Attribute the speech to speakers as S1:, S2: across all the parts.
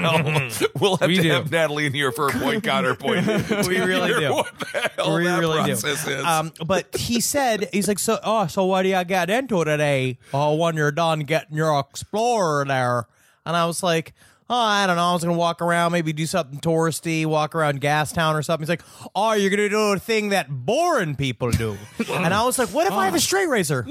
S1: we'll have
S2: Hmm. We
S1: to
S2: do.
S1: have Natalie in here for a point counterpoint.
S3: We really do.
S1: What the hell
S3: we
S1: that
S3: really do.
S1: process is.
S3: Um, but he said, he's like, so, oh, so what do you get into today? Oh, when you're done getting your explorer there. And I was like, oh, I don't know. I was going to walk around, maybe do something touristy, walk around Gastown or something. He's like, oh, you're going to do a thing that boring people do. and I was like, what if I have a straight razor?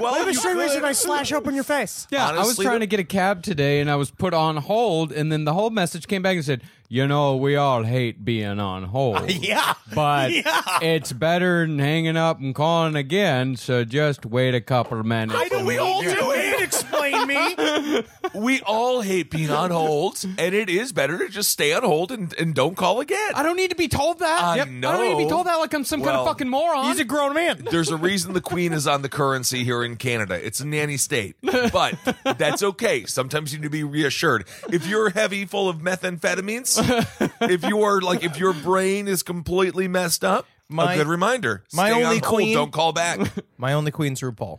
S1: well,
S3: I have a
S1: you
S3: straight razor
S1: could.
S3: and I slash open your face.
S2: Yeah, I was
S1: Honestly,
S2: trying
S1: the-
S2: to get a cab today and I was put on hold and then the whole message came back and said, "You know, we all hate being on hold."
S3: Yeah.
S2: But
S3: Yeah.
S2: it's better than hanging up and calling again, so just wait a couple of minutes.
S1: I know
S2: and
S1: we all do it.
S3: explain me.
S1: we all hate being on hold, and it is better to just stay on hold and, and don't call again.
S2: I don't need to be told that.
S1: I
S2: Yep. I don't need to
S1: know.
S2: be told that like I'm some kind
S1: Well,
S2: of fucking moron.
S3: He's a grown man.
S1: There's a reason the Queen is on the currency here in Canada. It's a nanny state, but that's okay. Sometimes you need to be reassured. If you're heavy full of methamphetamines, if you are like if your brain is completely messed up,
S3: My-
S1: a good reminder.
S3: my
S1: stay on
S3: only
S1: hold,
S3: queen-
S1: Don't call back.
S3: My only queen's RuPaul.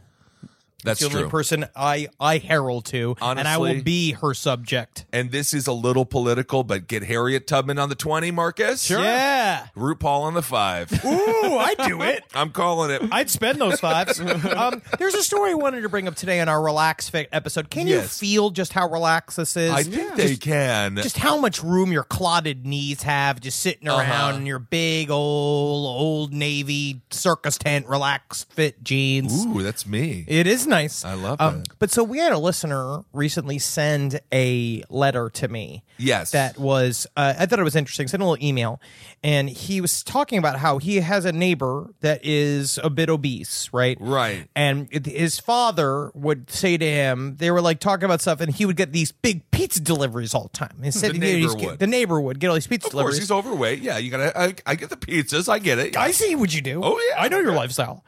S1: That's
S3: the only
S1: true.
S3: person I I herald to, and I
S1: Honestly.
S3: will be her subject.
S1: and this is a little political, but get Harriet Tubman on the twenty, Marcus.
S3: Yeah, Yeah.
S1: Root Paul on the five.
S3: Ooh, I do it.
S1: I'm calling it.
S3: I'd spend those fives. um, there's a story I wanted to bring up today in our relax fit episode. Can
S1: Yes.
S3: you feel just how relaxed this is?
S1: I think they can.
S3: just how much room your clotted knees have just sitting around in your big old old navy circus tent relaxed fit jeans.
S1: Ooh, that's me.
S3: It is nice. I
S1: love that.
S3: But so we had a listener recently send a letter to me.
S1: Yes.
S3: That was, uh, I thought it was interesting. Sent a little email. And he was talking about how he has a neighbor that is a bit obese, right?
S1: Right.
S3: And it- his father would say to him, they were like talking about stuff, and he would get these big pizza deliveries all the time. And said,
S1: Hmm, The
S3: you know, he's-
S1: neighbor would.
S3: The neighbor would get all these pizza
S1: Of course,
S3: deliveries.
S1: he's overweight. Yeah, you gotta. I, I get the pizzas. I get it.
S3: I see what you do.
S1: Oh, yeah.
S3: I know your lifestyle.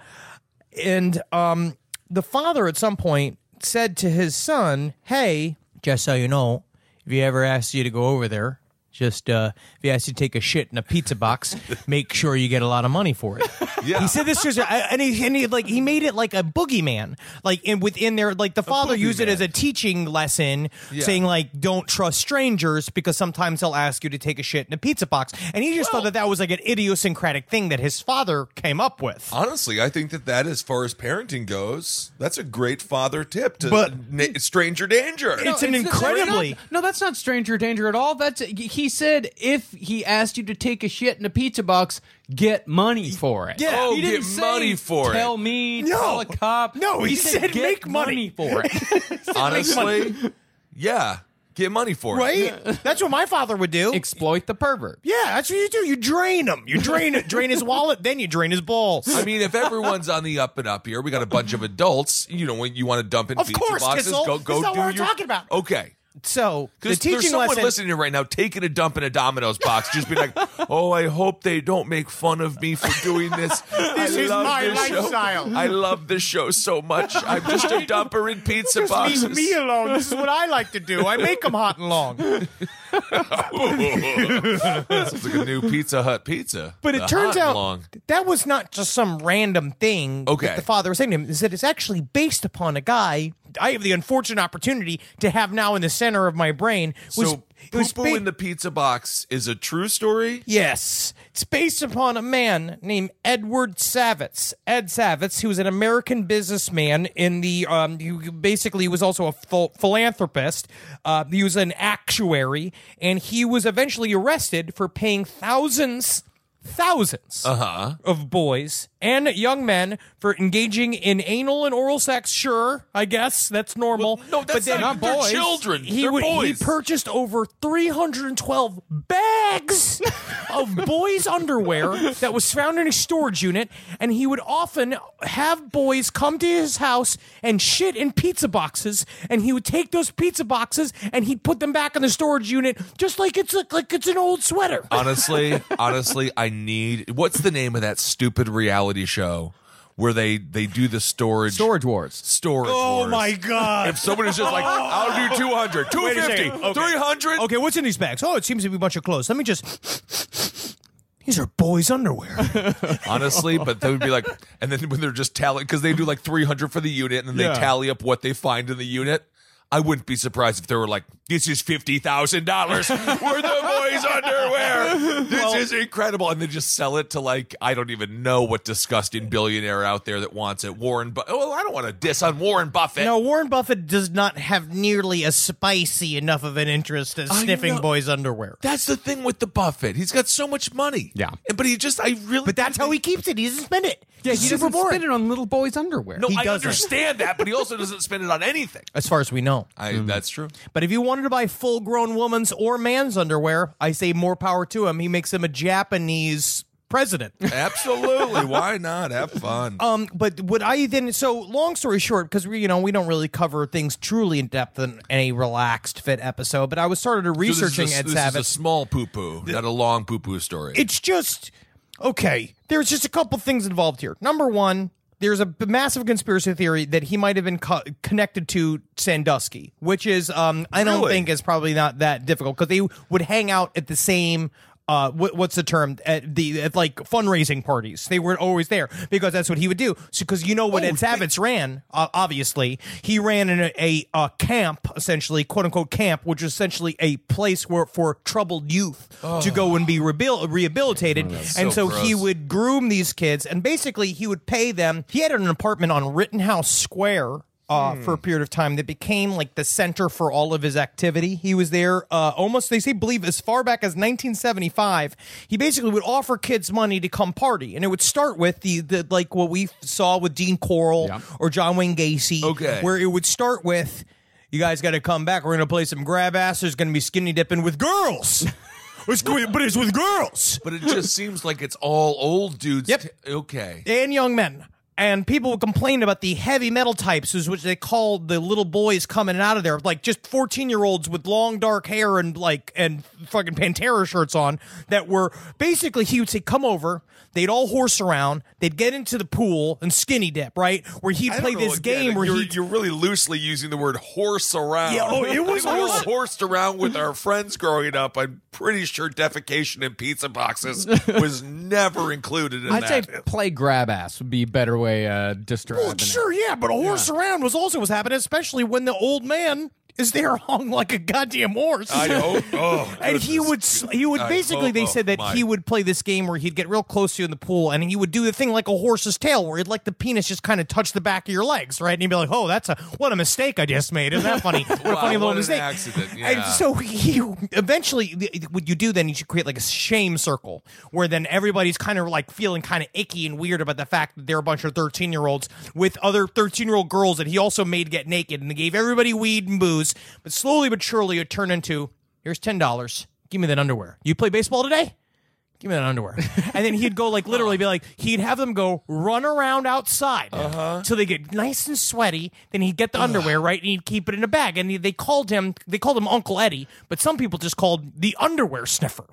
S3: And um, the father at some point said to his son, "Hey, just so you know, if he ever asks you to go over there, just uh, if he asks you to take a shit in a pizza box, make sure you get a lot of money for it."
S1: Yeah.
S3: He said this just and he and he like he made it like a boogeyman, like in within there, like the father used it
S1: boogeyman.
S3: as a teaching lesson, saying like don't trust strangers because sometimes they'll ask you to take a shit in a pizza box, and he just thought that that was like an idiosyncratic thing that his father came up with.
S1: Honestly, I think that that, as far as parenting goes, that's a great father tip to
S3: But-
S1: na- stranger danger.
S3: It's an
S2: It's- that's
S3: incredibly.
S2: not- no, that's not stranger danger at all. That's he said if he asked you to take a shit in a pizza box, get money for it.
S3: Yeah.
S1: Oh,
S2: he
S1: get
S2: didn't say,
S1: money for it.
S2: Tell me,
S3: No.
S2: call a cop.
S3: No, he said,
S2: "Get
S3: "Make money."
S2: for it.
S1: Honestly, yeah, get money for it.
S3: Right? That's what my father would do.
S2: Exploit the pervert.
S3: yeah, that's what you do. You drain him. You drain it. Drain his wallet, then you drain his balls.
S1: I mean, if everyone's on the up and up here, we got a bunch of adults. You know, when you want to dump in
S3: Of
S1: pizza
S3: course,
S1: boxes,
S3: Kissel.
S1: go go
S3: That's not
S1: do
S3: what we're
S1: your-
S3: talking about.
S1: Okay.
S3: So the
S1: Because there's
S3: teaching
S1: someone
S3: lesson.
S1: listening right now taking a dump in a Domino's box, just be like, "Oh, I hope they don't make fun of me for doing this.
S3: This
S1: I
S3: is
S1: love
S3: my
S1: this show.
S3: lifestyle.
S1: I love this show so much. I'm just a dumper in pizza boxes.
S3: Leave me alone. This is what I like to do. I make them hot and long.
S1: Sounds like a new Pizza Hut pizza.
S3: But it
S1: The hot
S3: turns
S1: and
S3: out
S1: long.
S3: that was not just some random thing
S1: Okay.
S3: that the father was saying to him. Is that it's actually based upon a guy I have the unfortunate opportunity to have now in the center of my brain. Was,
S1: so
S3: it was
S1: poo
S3: ba-
S1: poo in the pizza box is a true story.
S3: Yes. It's based upon a man named Edward Savitz. Ed Savitz, who was an American businessman in the, um, who basically was also a phil- philanthropist. Uh, he was an actuary, and he was eventually arrested for paying thousands, thousands
S1: Uh-huh.
S3: of boys and young men for engaging in anal and oral sex. Sure, I guess that's normal.
S1: no, that's
S3: but then
S1: not- they're children.
S3: He,
S1: They're
S3: would- he
S1: boys.
S3: purchased over 312 bags of boys' underwear that was found in a storage unit, and he would often have boys come to his house and shit in pizza boxes, and he would take those pizza boxes and he'd put them back in the storage unit just like it's a, like it's an old sweater.
S1: honestly, honestly, I need. What's the name of that stupid reality show where they they do the storage
S2: Storage wars.
S1: storage? wars?
S3: Oh, god.
S1: If somebody's just like, I'll do 200, 250, 300.
S3: Okay, what's in these bags? Oh, it seems to be a bunch of clothes. Let me just. These are boys' underwear.
S1: Honestly, but they would be like, and then when they're just tally, because they do like 300 for the unit and then they tally up what they find in the unit. I wouldn't be surprised if they were like, this is $50,000 worth of boys' underwear. This is incredible. And they just sell it to like, I don't even know what disgusting billionaire out there that wants it. Warren Buffett. Oh, I don't want to diss on Warren Buffett.
S3: No, Warren Buffett does not have nearly as spicy enough of an interest as
S1: I
S3: sniffing
S1: know.
S3: boys' underwear.
S1: That's the thing with the Buffett. He's got so much money.
S2: Yeah.
S1: And- But he just, I really.
S3: But that's how he keeps it. He doesn't spend it. Yeah,
S2: He doesn't spend it on little boys' underwear.
S1: No,
S3: He
S1: I
S3: doesn't.
S1: understand that, but he also doesn't spend it on anything.
S3: As far as we know.
S1: I, That's true.
S3: But if you wanted to buy full grown woman's or man's underwear, I say more power to him. He makes him a Japanese president.
S1: Absolutely. Why not? Have fun.
S3: Um, but would I then? So long story short, because we, you know, we don't really cover things truly in depth in any relaxed fit episode. But I was started researching
S1: so this is a,
S3: Ed
S1: this
S3: Savitz.
S1: is a small poo poo, not a long poo poo story.
S3: it's just okay. There's just a couple things involved here. Number one, there's a b- massive conspiracy theory that he might have been co- connected to Sandusky, which is um, I don't
S1: Really?
S3: think is probably not that difficult because they would hang out at the same uh, what, what's the term at the at like fundraising parties. They were always there because that's what he would do. Because you know when Ed Savitz ran, uh, obviously he ran in a, a, a camp, essentially quote unquote camp, which was essentially a place where for troubled youth to go and be rehabil- rehabilitated. and so,
S1: so
S3: he
S1: gross.
S3: would groom these kids, and basically he would pay them. He had an apartment on Rittenhouse Square. Uh, For a period of time, that became like the center for all of his activity. He was there uh, almost, they say, believe as far back as 1975. He basically would offer kids money to come party, and it would start with the, the like what we saw with Dean Coral or John Wayne Gacy,
S1: Okay.
S3: where it would start with, "You guys got to come back. We're gonna play some grab ass. There's gonna be skinny dipping with girls." It's going, but it's with girls.
S1: But it just seems like it's all old dudes.
S3: Yep.
S1: t- okay.
S3: and young men. And people would complain about the heavy metal types, is which they called the little boys coming out of there, like just fourteen year olds with long dark hair and like and fucking Pantera shirts on that were basically he would say, "Come over." They'd all horse around. They'd get into the pool and skinny dip, right? Where he'd
S1: I don't
S3: play
S1: know,
S3: this
S1: again,
S3: game where
S1: you're,
S3: he
S1: you're really loosely using the word horse around.
S3: Yeah, oh, it was
S1: I think we all
S3: horse-
S1: horsed around with our friends growing up. I'm pretty sure defecation in pizza boxes was never included in
S2: I'd say
S1: that.
S2: play grab ass would be a better way uh describe
S3: Well,
S2: it.
S3: Oh, sure, yeah, but a horse around was also was happening, especially when the old man is there hung like a goddamn horse.
S1: I hope. Oh,
S3: and he
S1: goodness.
S3: would s- he would
S1: I
S3: basically
S1: hope-
S3: they
S1: oh,
S3: said that
S1: my.
S3: he would play this game where he'd get real close to you in the pool and he would do the thing like a horse's tail where he'd let the penis just kind of touch the back of your legs right and he'd be like oh that's a what a mistake i just made isn't that funny what a
S1: Wow,
S3: funny little
S1: what an
S3: mistake
S1: accident,
S3: and
S1: yeah.
S3: so he eventually th- what you do then you should create like a shame circle where then everybody's kind of like feeling kind of icky and weird about the fact that they're a bunch of 13 year olds with other 13 year old girls that he also made get naked and they gave everybody weed and booze but slowly but surely it turned into here's ten dollars. Give me that underwear. You play baseball today? Give me that underwear. and then he'd go like literally be like he'd have them go run around outside
S1: Uh-huh.
S3: uh till they get nice and sweaty. Then he'd get the underwear right and he'd keep it in a bag. And he- they called him they called him Uncle Eddie, but some people just called the underwear sniffer,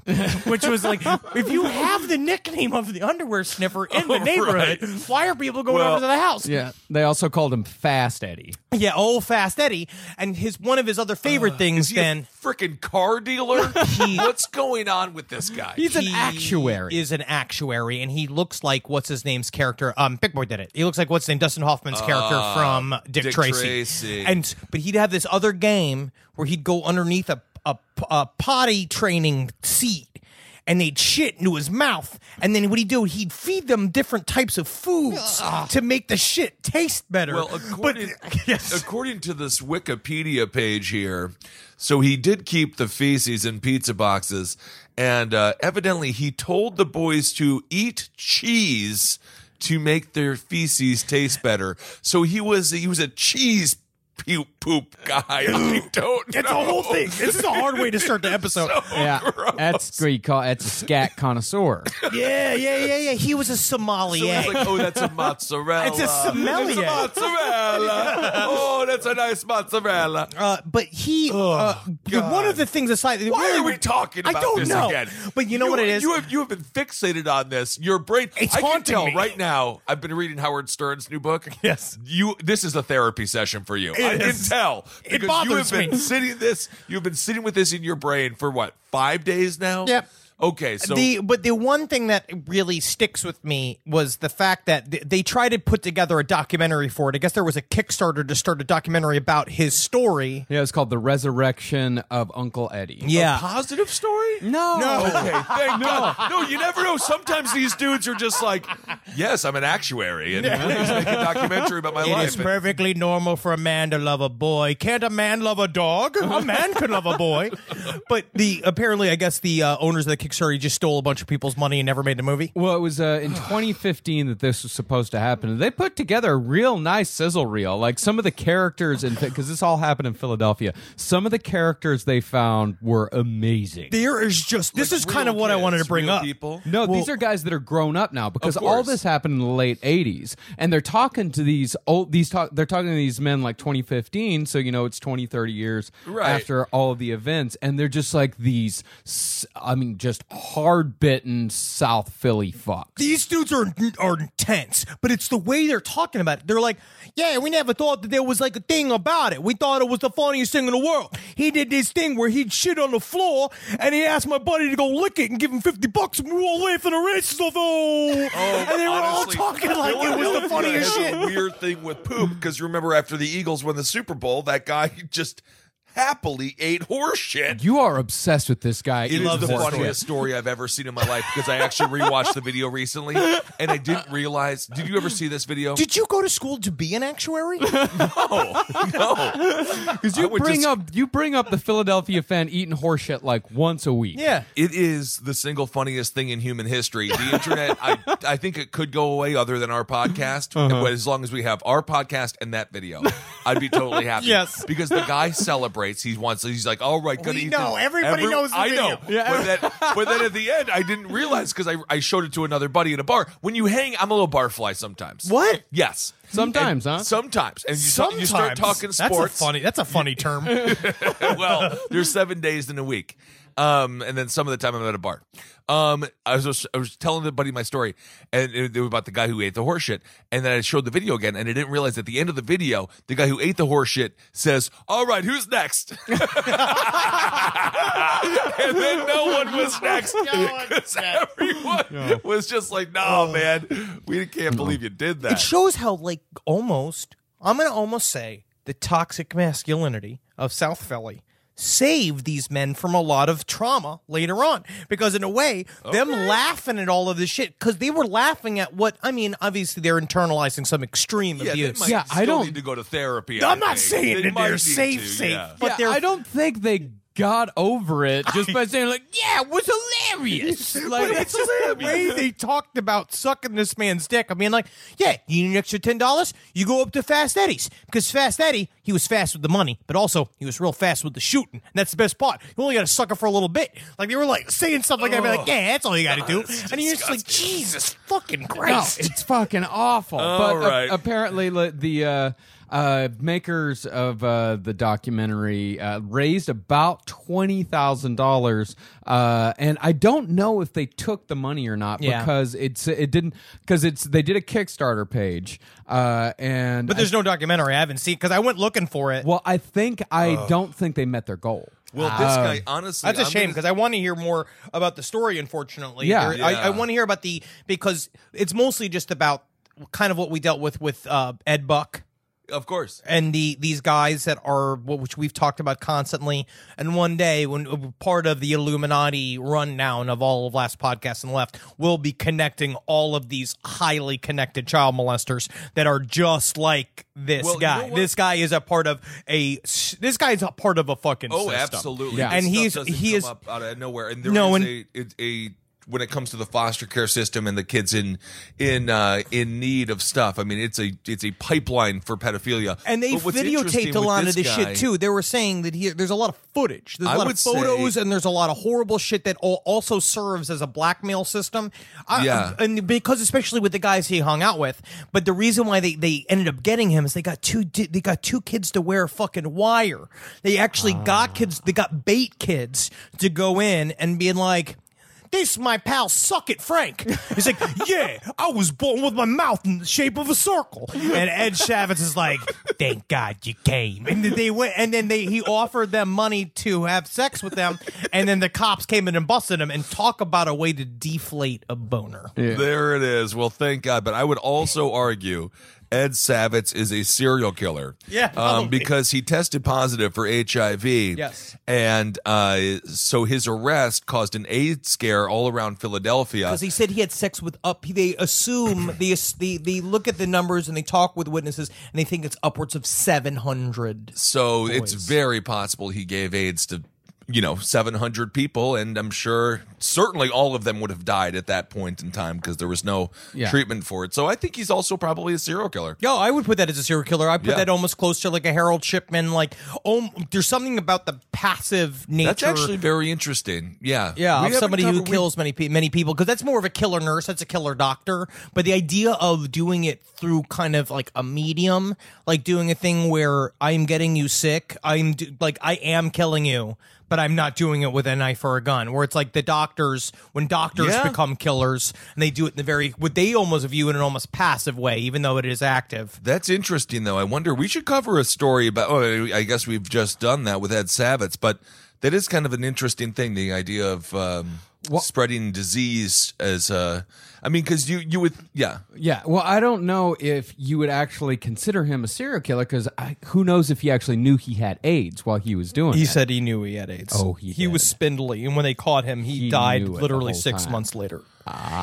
S3: which was like if you have the nickname of the underwear sniffer in the neighborhood, why are people going
S1: Oh, Well,
S3: over to the house?
S2: Yeah, they also called him Fast Eddie.
S3: Yeah, old fast Eddie. And his one of his other favorite things
S1: Is he
S3: then
S1: a freaking car dealer? What's going on with this guy?
S2: He's an
S3: He
S2: actuary.
S3: Is an actuary, and he looks like what's his name's character. Um, Big Boy did it. He looks like what's his name Dustin Hoffman's character from Dick,
S1: Ah, Dick
S3: Tracy.
S1: Tracy.
S3: And but he'd have this other game where he'd go underneath a a, a potty training seat. And they'd shit into his mouth, and then what he'd do, he'd feed them different types of foods to make the shit taste better.
S1: Ah. Well, according,
S3: but, yes.
S1: according to this Wikipedia page here, so he did keep the feces in pizza boxes, and uh, evidently he told the boys to eat cheese to make their feces taste better. So he was he was a cheese poop, poop guy. I don't
S3: it's
S1: know.
S3: a whole thing. This is a hard way to start the episode.
S2: yeah, that's what you call that's a scat connoisseur.
S3: Yeah, yeah, yeah, yeah. He was a
S1: So
S3: sommelier.
S1: it's like, oh, that's a mozzarella.
S3: It's a sommelier.
S1: It's a mozzarella. Oh, that's a nice mozzarella.
S3: Uh, but he, uh, one of the things aside,
S1: Why
S3: really-
S1: are we talking about
S3: I don't
S1: this
S3: know.
S1: again?
S3: But you know what it is?
S1: You have you have been fixated on this. Your brain.
S3: It's
S1: I can
S3: haunting
S1: tell
S3: me.
S1: right now. I've been reading Howard Stern's new book.
S3: Yes.
S1: You. This is a therapy session for you. I
S3: is.
S1: can tell
S3: It
S1: because you
S3: bothers
S1: have been
S3: me.
S1: sitting this. You've been sitting with this in your brain for what five days now.
S3: Yep.
S1: Okay. So
S3: the but the one thing that really sticks with me was the fact that th- they tried to put together a documentary for it. I guess there was a Kickstarter to start a documentary about his story. Oh,
S2: Yeah, it's called the Resurrection of Uncle Eddie.
S1: positive story.
S2: No.
S1: Okay, thank God. No, you never know. Sometimes these dudes are just like, "Yes, I'm an actuary, and please make a documentary about my
S3: It
S1: life."
S3: is perfectly normal for a man to love a boy. Can't a man love a dog? A man could love a boy. But the apparently, I guess the uh, owners of the Kickstarter just stole a bunch of people's money and never made the movie.
S2: Well, it was uh, in 2015 that this was supposed to happen. They put together a real nice sizzle reel. Like some of the characters in because this all happened in Philadelphia. Some of the characters they found were amazing.
S3: There is just this is
S1: Real
S3: kind of what I wanted to
S1: kids,
S3: bring
S1: real
S3: up.
S1: People.
S2: No, these are guys that are grown up now because
S1: Of
S2: all
S1: course.
S2: this happened in the late '80s, and they're talking to these old these talk, they're talking to these men like 2015, so you know it's 20, 30 years
S1: Right.
S2: after all of the events, and they're just like these. s- I mean, just just hard bitten South Philly fucks.
S3: These dudes are are intense, but it's the way they're talking about it. They're like, "Yeah, we never thought that there was like a thing about it. We thought it was the funniest thing in the world." He did this thing where he'd shit on the floor, and he asked my buddy to go lick it and give him fifty bucks, and we were all laughing our asses off. Oh, and they were
S1: honestly,
S3: all talking like
S1: Dylan
S3: it was the
S1: Dylan
S3: funniest
S1: had
S3: shit.
S1: a Weird thing with poop because remember after the Eagles won the Super Bowl, that guy just happily ate horse shit.
S2: You are obsessed with this guy.
S1: It
S2: He
S1: is
S2: loves
S1: the
S2: this
S1: funniest
S2: story.
S1: story I've ever seen in my life because I actually rewatched the video recently and I didn't realize. Did you ever see this video?
S3: Did you go to school to be an actuary?
S1: no,
S2: Because
S1: I
S2: you
S1: would
S2: bring
S1: just-
S2: up you bring up the Philadelphia fan eating horseshit like once a week.
S3: yeah.
S1: it is the single funniest thing in human history. The internet, I, I think it could go away other than our podcast,
S3: Uh-huh.
S1: but as long as we have our podcast and that video, I'd be totally happy.
S3: Yes.
S1: because the guy celebrates. He wants. He's like, all right, good.
S3: We
S1: Ethan.
S3: know. Everybody knows the
S1: I
S3: video.
S1: know. But, then, but then at the end, I didn't realize because I, I showed it to another buddy at a bar. When you hang, I'm a little barfly sometimes.
S3: What?
S1: Yes.
S2: Sometimes,
S1: And
S2: huh?
S1: Sometimes, and you, start- you start talking sports.
S3: That's a funny. That's a funny term.
S1: well, there's seven days in a week. Um, and then some of the time I'm at a bar. Um, I was just, I was telling the buddy my story, and it, it was about the guy who ate the horseshit. And then I showed the video again, and I didn't realize at the end of the video, the guy who ate the horseshit says, "All right, who's next?" and then no one was next because everyone was just like, "No, man, we can't believe you did that."
S3: It shows how like almost I'm gonna almost say the toxic masculinity of South Philly saved these men from a lot of trauma later on because in a way them laughing at all of this shit because they were laughing at what I mean obviously they're internalizing some extreme
S1: yeah, they
S3: abuse
S1: might
S2: Yeah, I
S1: still
S2: don't-
S1: need to go to therapy. I
S3: I'm not
S1: think.
S3: saying
S1: They
S3: that
S1: might
S3: they're
S1: need
S3: safe
S1: to,
S3: safe
S1: yeah.
S3: but
S2: yeah,
S3: they're
S2: I don't think they got over it just by saying like, "Yeah, it was hilarious." Like,
S3: But it's just the way they talked about sucking this man's dick. I mean, like, yeah, you need an extra ten dollars, you go up to Fast Eddie's because Fast Eddie he was fast with the money, but also he was real fast with the shooting. And that's the best part. You only got to suck it for a little bit. Like they were like saying stuff like that, I'd be like, yeah, that's all you got to do. And you're just like, Jesus fucking
S2: No,
S3: Christ.
S2: it's fucking awful.
S1: All
S2: but a-
S1: right.
S2: apparently, li- the uh, uh, makers of uh, the documentary uh, raised about twenty thousand uh, dollars, uh, and I don't know if they took the money or not
S3: Yeah.
S2: because it's it didn't because it's they did a Kickstarter page, uh, and
S3: But there's no documentary I haven't seen because I went looking for it.
S2: I, well, I think I don't think they met their goal.
S1: Well, this guy honestly,
S3: Um, That's a
S1: I'm
S3: shame
S1: gonna-
S3: because I want to hear more about the story. Unfortunately,
S2: Yeah.
S3: There- I,
S1: Yeah.
S3: I want to hear about the because it's mostly just about kind of what we dealt with with uh, Ed Buck
S1: of course.
S3: and the these guys that are wh- which we've talked about constantly. And one day, when uh, part of the Illuminati rundown of all of last podcast and left, we'll be connecting all of these highly connected child molesters that are just like this
S1: Well, you
S3: guy.
S1: know what?
S3: this guy is a part of a s- this guy is a part of a fucking
S1: Oh,
S3: system.
S1: absolutely.
S2: Yeah.
S1: This
S3: And
S1: stuff
S3: he's-
S1: doesn't
S3: he
S1: come
S3: is-
S1: up out of nowhere. And there
S3: No,
S1: is
S3: and-
S1: a, it- a when it comes to the foster care system and the kids in in uh, in need of stuff. I mean, it's a it's a pipeline for pedophilia.
S3: and they
S1: But what's
S3: videotaped
S1: interesting
S3: a
S1: with
S3: lot of this
S1: guy-
S3: shit too. They were saying that he, there's a lot of footage, there's a
S1: I
S3: lot
S1: would
S3: of photos,
S1: say-
S3: and there's a lot of horrible shit that al- also serves as a blackmail system. I,
S1: Yeah.
S3: and because especially with the guys he hung out with, but the reason why they, they ended up getting him is they got two di- they got two kids to wear fucking wire. They actually got kids, they got bait kids to go in and being like. This is my pal Suck It Frank. He's like, yeah, I was born with my mouth in the shape of a circle. And Ed Shavitz is like, thank God you came. And then they went, and then they he offered them money to have sex with them, and then the cops came in and busted him. And talk about a way to deflate a boner.
S1: There it is. Well, thank God. But I would also argue Ed Savitz is a serial killer.
S3: Yeah,
S1: Um,
S3: probably.
S1: because he tested positive for HIV.
S3: Yes.
S1: And uh, so his arrest caused an AIDS scare all around Philadelphia.
S3: because he said he had sex with up. They assume they they they look at the numbers and they talk with witnesses and they think it's upwards of seven hundred.
S1: So it's very possible he gave AIDS to, you know, 700 people. And I'm sure, certainly all of them would have died at that point in time because there was no
S2: Yeah.
S1: treatment for it. So I think he's also probably a serial killer.
S3: Yo, I would put that as a serial killer. I put
S1: Yeah.
S3: that almost close to like a Harold Shipman. Like, oh, there's something about the passive nature.
S1: That's actually very interesting. Yeah.
S3: Yeah,
S1: We
S3: of
S1: haven't
S3: somebody who
S1: covered- we-
S3: kills many pe- many people because that's more of a killer nurse, that's a killer doctor. But the idea of doing it through kind of like a medium, like doing a thing where I'm getting you sick, I'm do- like I am killing you, but I'm not doing it with a knife or a gun. Where it's like the doctors, when doctors
S1: Yeah.
S3: become killers, and they do it in the very, what they almost view in an almost passive way, even though it is active.
S1: That's interesting, though. I wonder. We should cover a story about. Oh, I guess we've just done that with Ed Savitz, but that is kind of an interesting thing. The idea of um, spreading disease as. Uh, I mean, because you you would yeah.
S2: Yeah, well, I don't know if you would actually consider him a serial killer because who knows if he actually knew he had AIDS while he was doing
S3: He
S2: it.
S3: said he knew he had AIDS.
S2: Oh, he
S3: he was
S2: did.
S3: spindly, and when they caught him, he,
S2: He
S3: died
S2: knew it the
S3: literally
S2: whole
S3: six
S2: time. Ah.
S3: months later.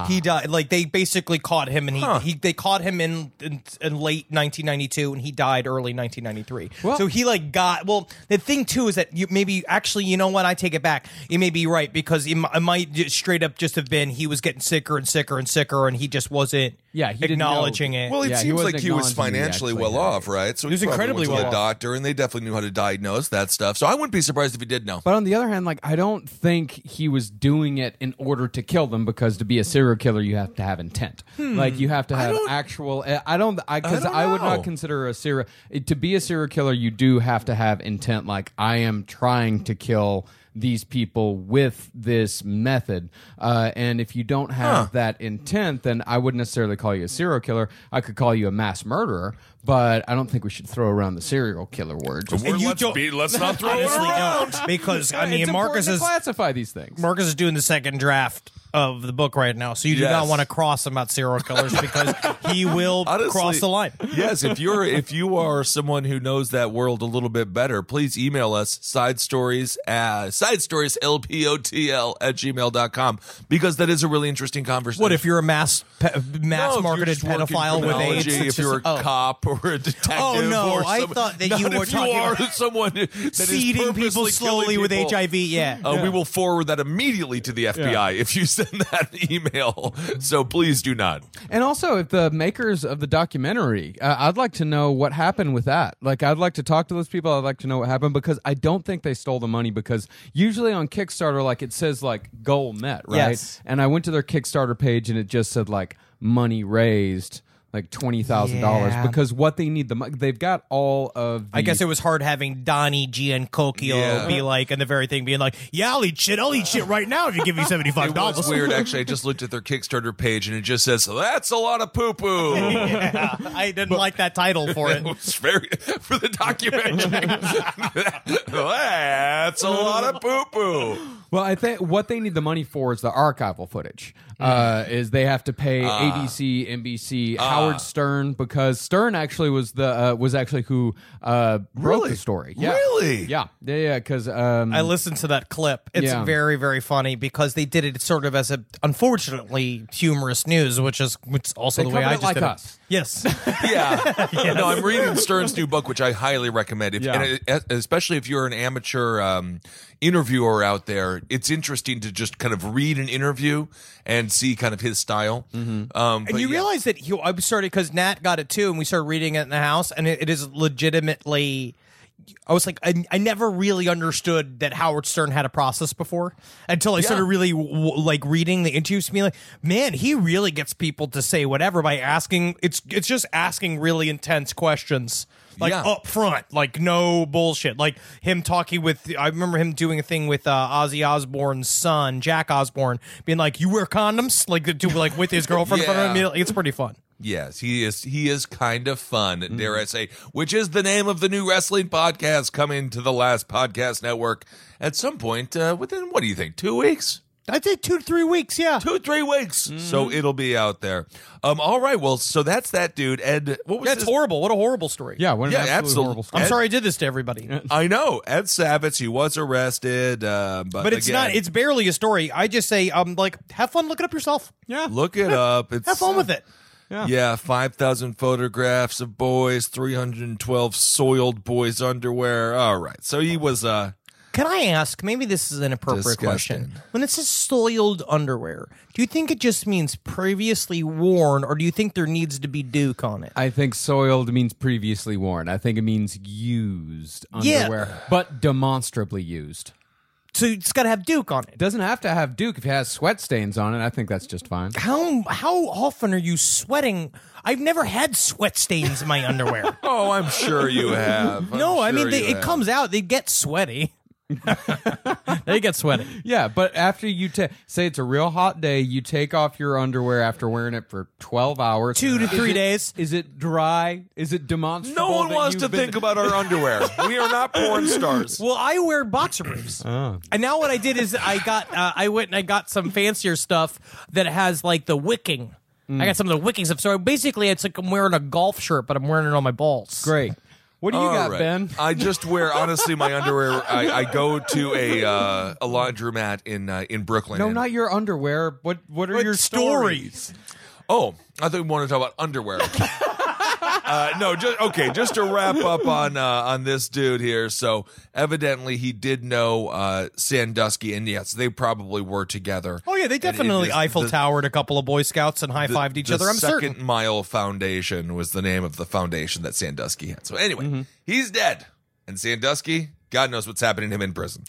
S3: He died like they basically caught him, and he, he they caught him in, in in late 1992, and he died early 1993.
S2: Well-
S3: so he like got well. The thing too is that you maybe actually you know what I take it back. You may be right because it, mi- it might just straight up just have been he was getting sicker and sicker and sicker, and he just wasn't
S2: Yeah, he didn't know.
S3: acknowledging it.
S1: Well, it
S2: Yeah, he
S1: seems
S2: wasn't
S1: like he was
S2: acknowledging he
S1: financially
S2: actually
S1: well
S2: had
S1: off, right? So
S3: He was
S1: probably
S3: incredibly
S1: went to
S3: well
S1: the
S3: off.
S1: doctor, and they definitely knew how to diagnose that stuff. So I wouldn't be surprised if he did know.
S2: But on the other hand, like I don't think he was doing it in order to kill them because to be a serial killer you have to have intent. Like you have to have
S1: Hmm. don't-
S2: actual. eh, I- I don't. I because
S1: don't
S2: I, would
S1: know.
S2: not consider a serial eh, to be a serial killer. You do have to have intent. Like I am trying to kill these people with this method uh, and if you don't have that intent then i wouldn't necessarily call you a serial killer i could call you a mass murderer but i don't think we should throw around the serial killer word just
S3: And you don't-
S1: let's not throw
S3: honestly, no, because I mean
S2: it's important
S3: Marcus
S2: to
S3: is
S2: classify these things.
S3: Marcus is doing the second draft of the book right now, so you do
S1: Yes.
S3: not want to cross him about serial killers because he will
S1: Honestly,
S3: cross the line.
S1: yes, if you're if you are someone who knows that world a little bit better, please email us side stories at side stories lpotl at gmail.com because that is a really interesting conversation.
S3: What if you're a mass pe-
S1: No,
S3: mass
S1: if you're
S3: marketed
S1: just working
S3: pedophile with
S1: criminology,
S3: AIDS? it's
S1: If
S3: just-
S1: you're a
S3: oh.
S1: cop or a detective,
S3: Oh, no,
S1: or
S3: I
S1: some-
S3: thought that
S1: not
S3: you were
S1: if
S3: talking
S1: you are
S3: about
S1: someone that is
S3: seeding people
S1: purposely killing
S3: slowly with
S1: people.
S3: HIV. Yeah.
S1: Uh, We will forward that immediately to the FBI if you send that email. So please do not.
S2: And also, if the makers of the documentary, uh, I'd like to know what happened with that. Like, I'd like to talk to those people. I'd like to know what happened because I don't think they stole the money. Because usually on Kickstarter, like it says like goal met, right?
S3: Yes.
S2: And I went to their Kickstarter page and it just said like money raised. Like twenty thousand
S3: Yeah.
S2: dollars because what they need the money they've got all of the,
S3: I guess it was hard having Donnie Giancocchio
S1: Yeah.
S3: be like, and the very thing being like, "Yeah, I'll eat shit. I'll eat shit right now if you give me seventy five
S1: It was
S3: dollars."
S1: weird, actually. I just looked at their Kickstarter page and it just says, "That's a lot of poo poo."
S3: Yeah, I didn't like that title for it.
S1: It's very for the documentary. That's a lot of poo poo.
S2: Well, I think what they need the money for is the archival footage.
S1: Mm.
S2: Uh, is they have to pay
S1: Ah.
S2: ABC, NBC, Howard Stern because Stern actually was the uh, was actually who uh, broke
S1: Really?
S2: the story. Yeah.
S1: Really?
S2: Yeah. Yeah. Yeah. Because um,
S3: I listened to that clip. It's
S2: Yeah.
S3: very, very funny because they did it sort of as a unfortunately humorous news, which is which is also
S2: They
S3: the way
S2: covered
S3: I
S2: it
S3: just
S2: like
S3: did
S2: us.
S3: it. Yes,
S1: Yeah. No, I'm reading Stern's new book, which I highly recommend. If,
S2: Yeah.
S1: and it, especially if you're an amateur um, interviewer out there, it's interesting to just kind of read an interview and see kind of his style. Mm-hmm. Um,
S3: and
S1: but
S3: you
S1: yeah.
S3: realize that he, I started because Nat got it too, and we started reading it in the house, and it, it is legitimately. I was like, I, I never really understood that Howard Stern had a process before until I started really w- like reading the interviews. Me like, man, he really gets people to say whatever by asking. It's it's just asking really intense questions, like
S1: Yeah.
S3: up front, like no bullshit. Like him talking with, I remember him doing a thing with uh, Ozzy Osbourne's son, Jack Osbourne, being like, "You wear condoms," like the dude, like with his girlfriend. in front of him.
S1: Yeah.
S3: It's pretty fun.
S1: Yes, he is. He is kind of fun,
S3: Mm-hmm.
S1: dare I say, which is the name of the new wrestling podcast coming to the Last Podcast Network at some point uh, within what do you think? Two weeks,
S3: I'd say two to three weeks. Yeah.
S1: two three weeks.
S3: Mm-hmm.
S1: So it'll be out there. Um. All right. Well, so that's that dude. Ed, what was
S3: That's
S1: his-
S3: horrible. What a horrible story.
S2: yeah. What an
S1: yeah,
S2: absolute
S1: absolute-
S2: horrible story.
S3: I'm
S1: Ed-
S3: sorry I did this to everybody.
S1: I know Ed Savitz. He was arrested, uh, but
S3: But it's
S1: again,
S3: not. It's barely a story. I just say, um, like, have fun. Look it up yourself.
S2: Yeah.
S1: look it up. It's
S3: Have fun with it.
S1: Yeah, 5,000 photographs of boys, 312 soiled boys' underwear. All right. So he was, uh,
S3: Can I ask? Maybe this is an appropriate
S1: Disgusting.
S3: question. When it says soiled underwear, do you think it just means previously worn, or do you think there needs to be duke on it?
S2: I think soiled means previously worn. I think it means used
S3: Yeah.
S2: underwear, but demonstrably used.
S3: so it's got to have duke on it.
S2: Doesn't have to have Duke if it has sweat stains on it. I think that's just fine.
S3: How how often are you sweating? I've never had sweat stains in my underwear.
S1: oh, I'm sure you have. I'm
S3: no, I mean
S1: sure
S3: they,
S1: you
S3: it
S1: have.
S3: comes out. They get sweaty. They get sweaty.
S2: Yeah, but after you ta- say it's a real hot day, you take off your underwear after wearing it for 12 hours.
S3: Two to
S2: Is
S3: three
S2: it-
S3: days.
S2: Is it dry? Is it demonstrable?
S1: No one
S2: that
S1: wants
S2: you've
S1: to
S2: been-
S1: think about our underwear. We are not porn stars.
S3: Well, I wear boxer briefs. And now what I did is I got uh, I went and I got some fancier stuff that has like the wicking. I got some of the wicking stuff. So basically, it's like I'm wearing a golf shirt, but I'm wearing it on my balls.
S2: Great. What do you
S1: All
S2: got,
S1: right.
S2: Ben?
S1: I just wear honestly my underwear. I, I go to a uh, a laundromat in uh, in Brooklyn.
S2: No,
S1: and-
S2: not your underwear. What What are your stories?
S1: Oh, I thought we wanted to talk about underwear. Uh, no, just okay. Just to wrap up on uh, on this dude here. So evidently he did know uh, Sandusky, and yes, they probably were together.
S3: Oh yeah, they
S1: And it
S3: definitely
S1: is
S3: Eiffel
S1: the-
S3: Towered a couple of Boy Scouts and high
S1: the-
S3: fived each
S1: the
S3: other. I'm
S1: Second
S3: certain.
S1: Mile Foundation was the name of the foundation that Sandusky had. So anyway,
S3: Mm-hmm.
S1: he's dead, and Sandusky, God knows what's happening to him in prison.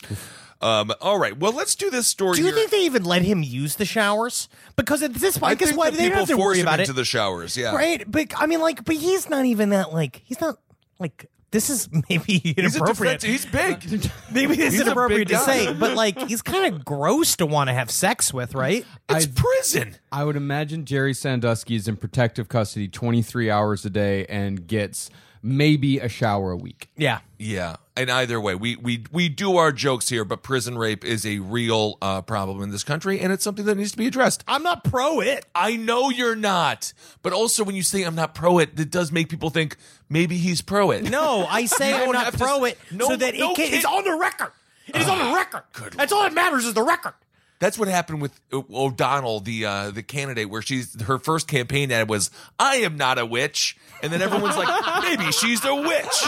S1: Um, all right, well, let's do this story.
S3: Do you
S1: here.
S3: think they even let him use the showers? Because at this point,
S1: I
S3: guess
S1: think
S3: why
S1: that
S3: they
S1: people
S3: have to
S1: force
S3: worry
S1: him
S3: about it.
S1: into the showers. Yeah,
S3: Right, but I mean, like, but he's not even that. Like, he's not like this is maybe
S1: He's a
S3: inappropriate.
S1: different. He's big.
S3: maybe this is
S1: he's a big
S3: inappropriate to
S1: guy.
S3: say, but like, he's kind of gross to want to have sex with, right?
S1: It's
S2: I-
S1: prison.
S2: I would imagine Jerry Sandusky is in protective custody 23 hours a day and gets maybe a shower a week.
S3: Yeah,
S1: Yeah, and either way, we we we do our jokes here, but prison rape is a real uh, problem in this country, and it's something that needs to be addressed.
S3: I'm not pro it.
S1: I know you're not, but also when you say I'm not pro it, that does make people think maybe he's pro it.
S3: No, I say
S1: You
S3: I'm
S1: don't
S3: not
S1: have to
S3: pro
S1: s-
S3: it,
S1: no-
S3: so that
S1: no
S3: it can,
S1: kid-
S3: it's on the record. It's on the record.
S1: Ah, good
S3: That's all that matters is the record.
S1: That's what happened with O- O'Donnell, the uh, the candidate, where she's her first campaign ad was "I am not a witch," and then everyone's like, "Maybe she's a witch."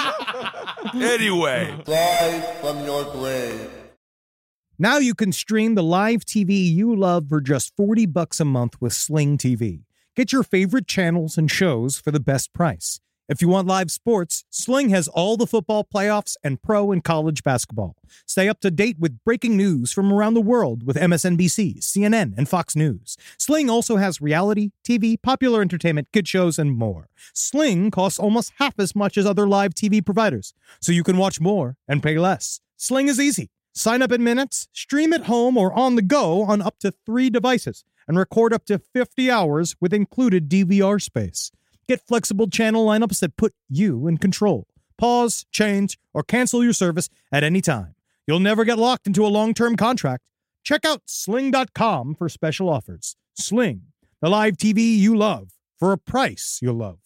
S1: anyway,
S4: Live from your grave.
S5: Now you can stream the live TV you love for just 40 bucks a month with Sling TV. Get your favorite channels and shows for the best price. If you want live sports, Sling has all the football playoffs and pro and college basketball. Stay up to date with breaking news from around the world with MSNBC, CNN, and Fox News. Sling also has reality, TV, popular entertainment, kid shows, and more. Sling costs almost half as much as other live TV providers, so you can watch more and pay less. Sling is easy. Sign up in minutes, stream at home or on the go on up to three devices, and record up to 50 hours with included DVR space. Get flexible channel lineups that put you in control. Pause, change, or cancel your service at any time. You'll never get locked into a long term contract. Check out sling.com for special offers. Sling, the live TV you love for a price you love.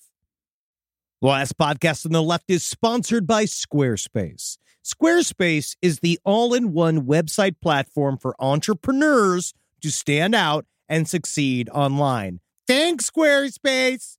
S5: The last podcast on the left is sponsored by Squarespace. Squarespace is the all in one website platform for entrepreneurs to stand out and succeed online. Thanks, Squarespace!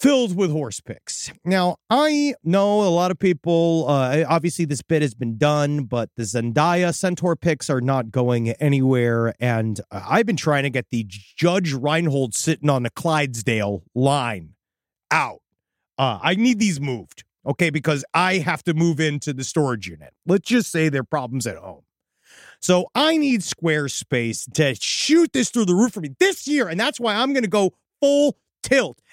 S5: filled with horse picks. Now, I know a lot of people, uh, obviously, this bit has been done, but the Zendaya Centaur picks are not going anywhere. And uh, I've been trying to get the Judge Reinhold sitting on the Clydesdale line out. Uh, I need these moved, okay, because I have to move into the storage unit. Let's just say there are problems at home. So I need Squarespace to shoot this through the roof for me this year. And that's why I'm going to go full tilt.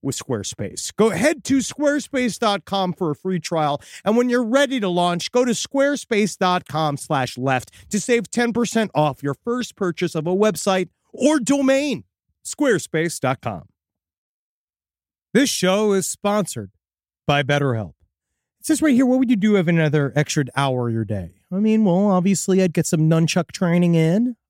S5: with Squarespace. Go head to squarespace.com for a free trial. And when you're ready to launch, go to squarespace.com slash left to save 10% off your first purchase of a website or domain. Squarespace.com. This show is sponsored by BetterHelp. It says right here, what would you do if another extra hour of your day? I mean, well, obviously, I'd get some nunchuck training in.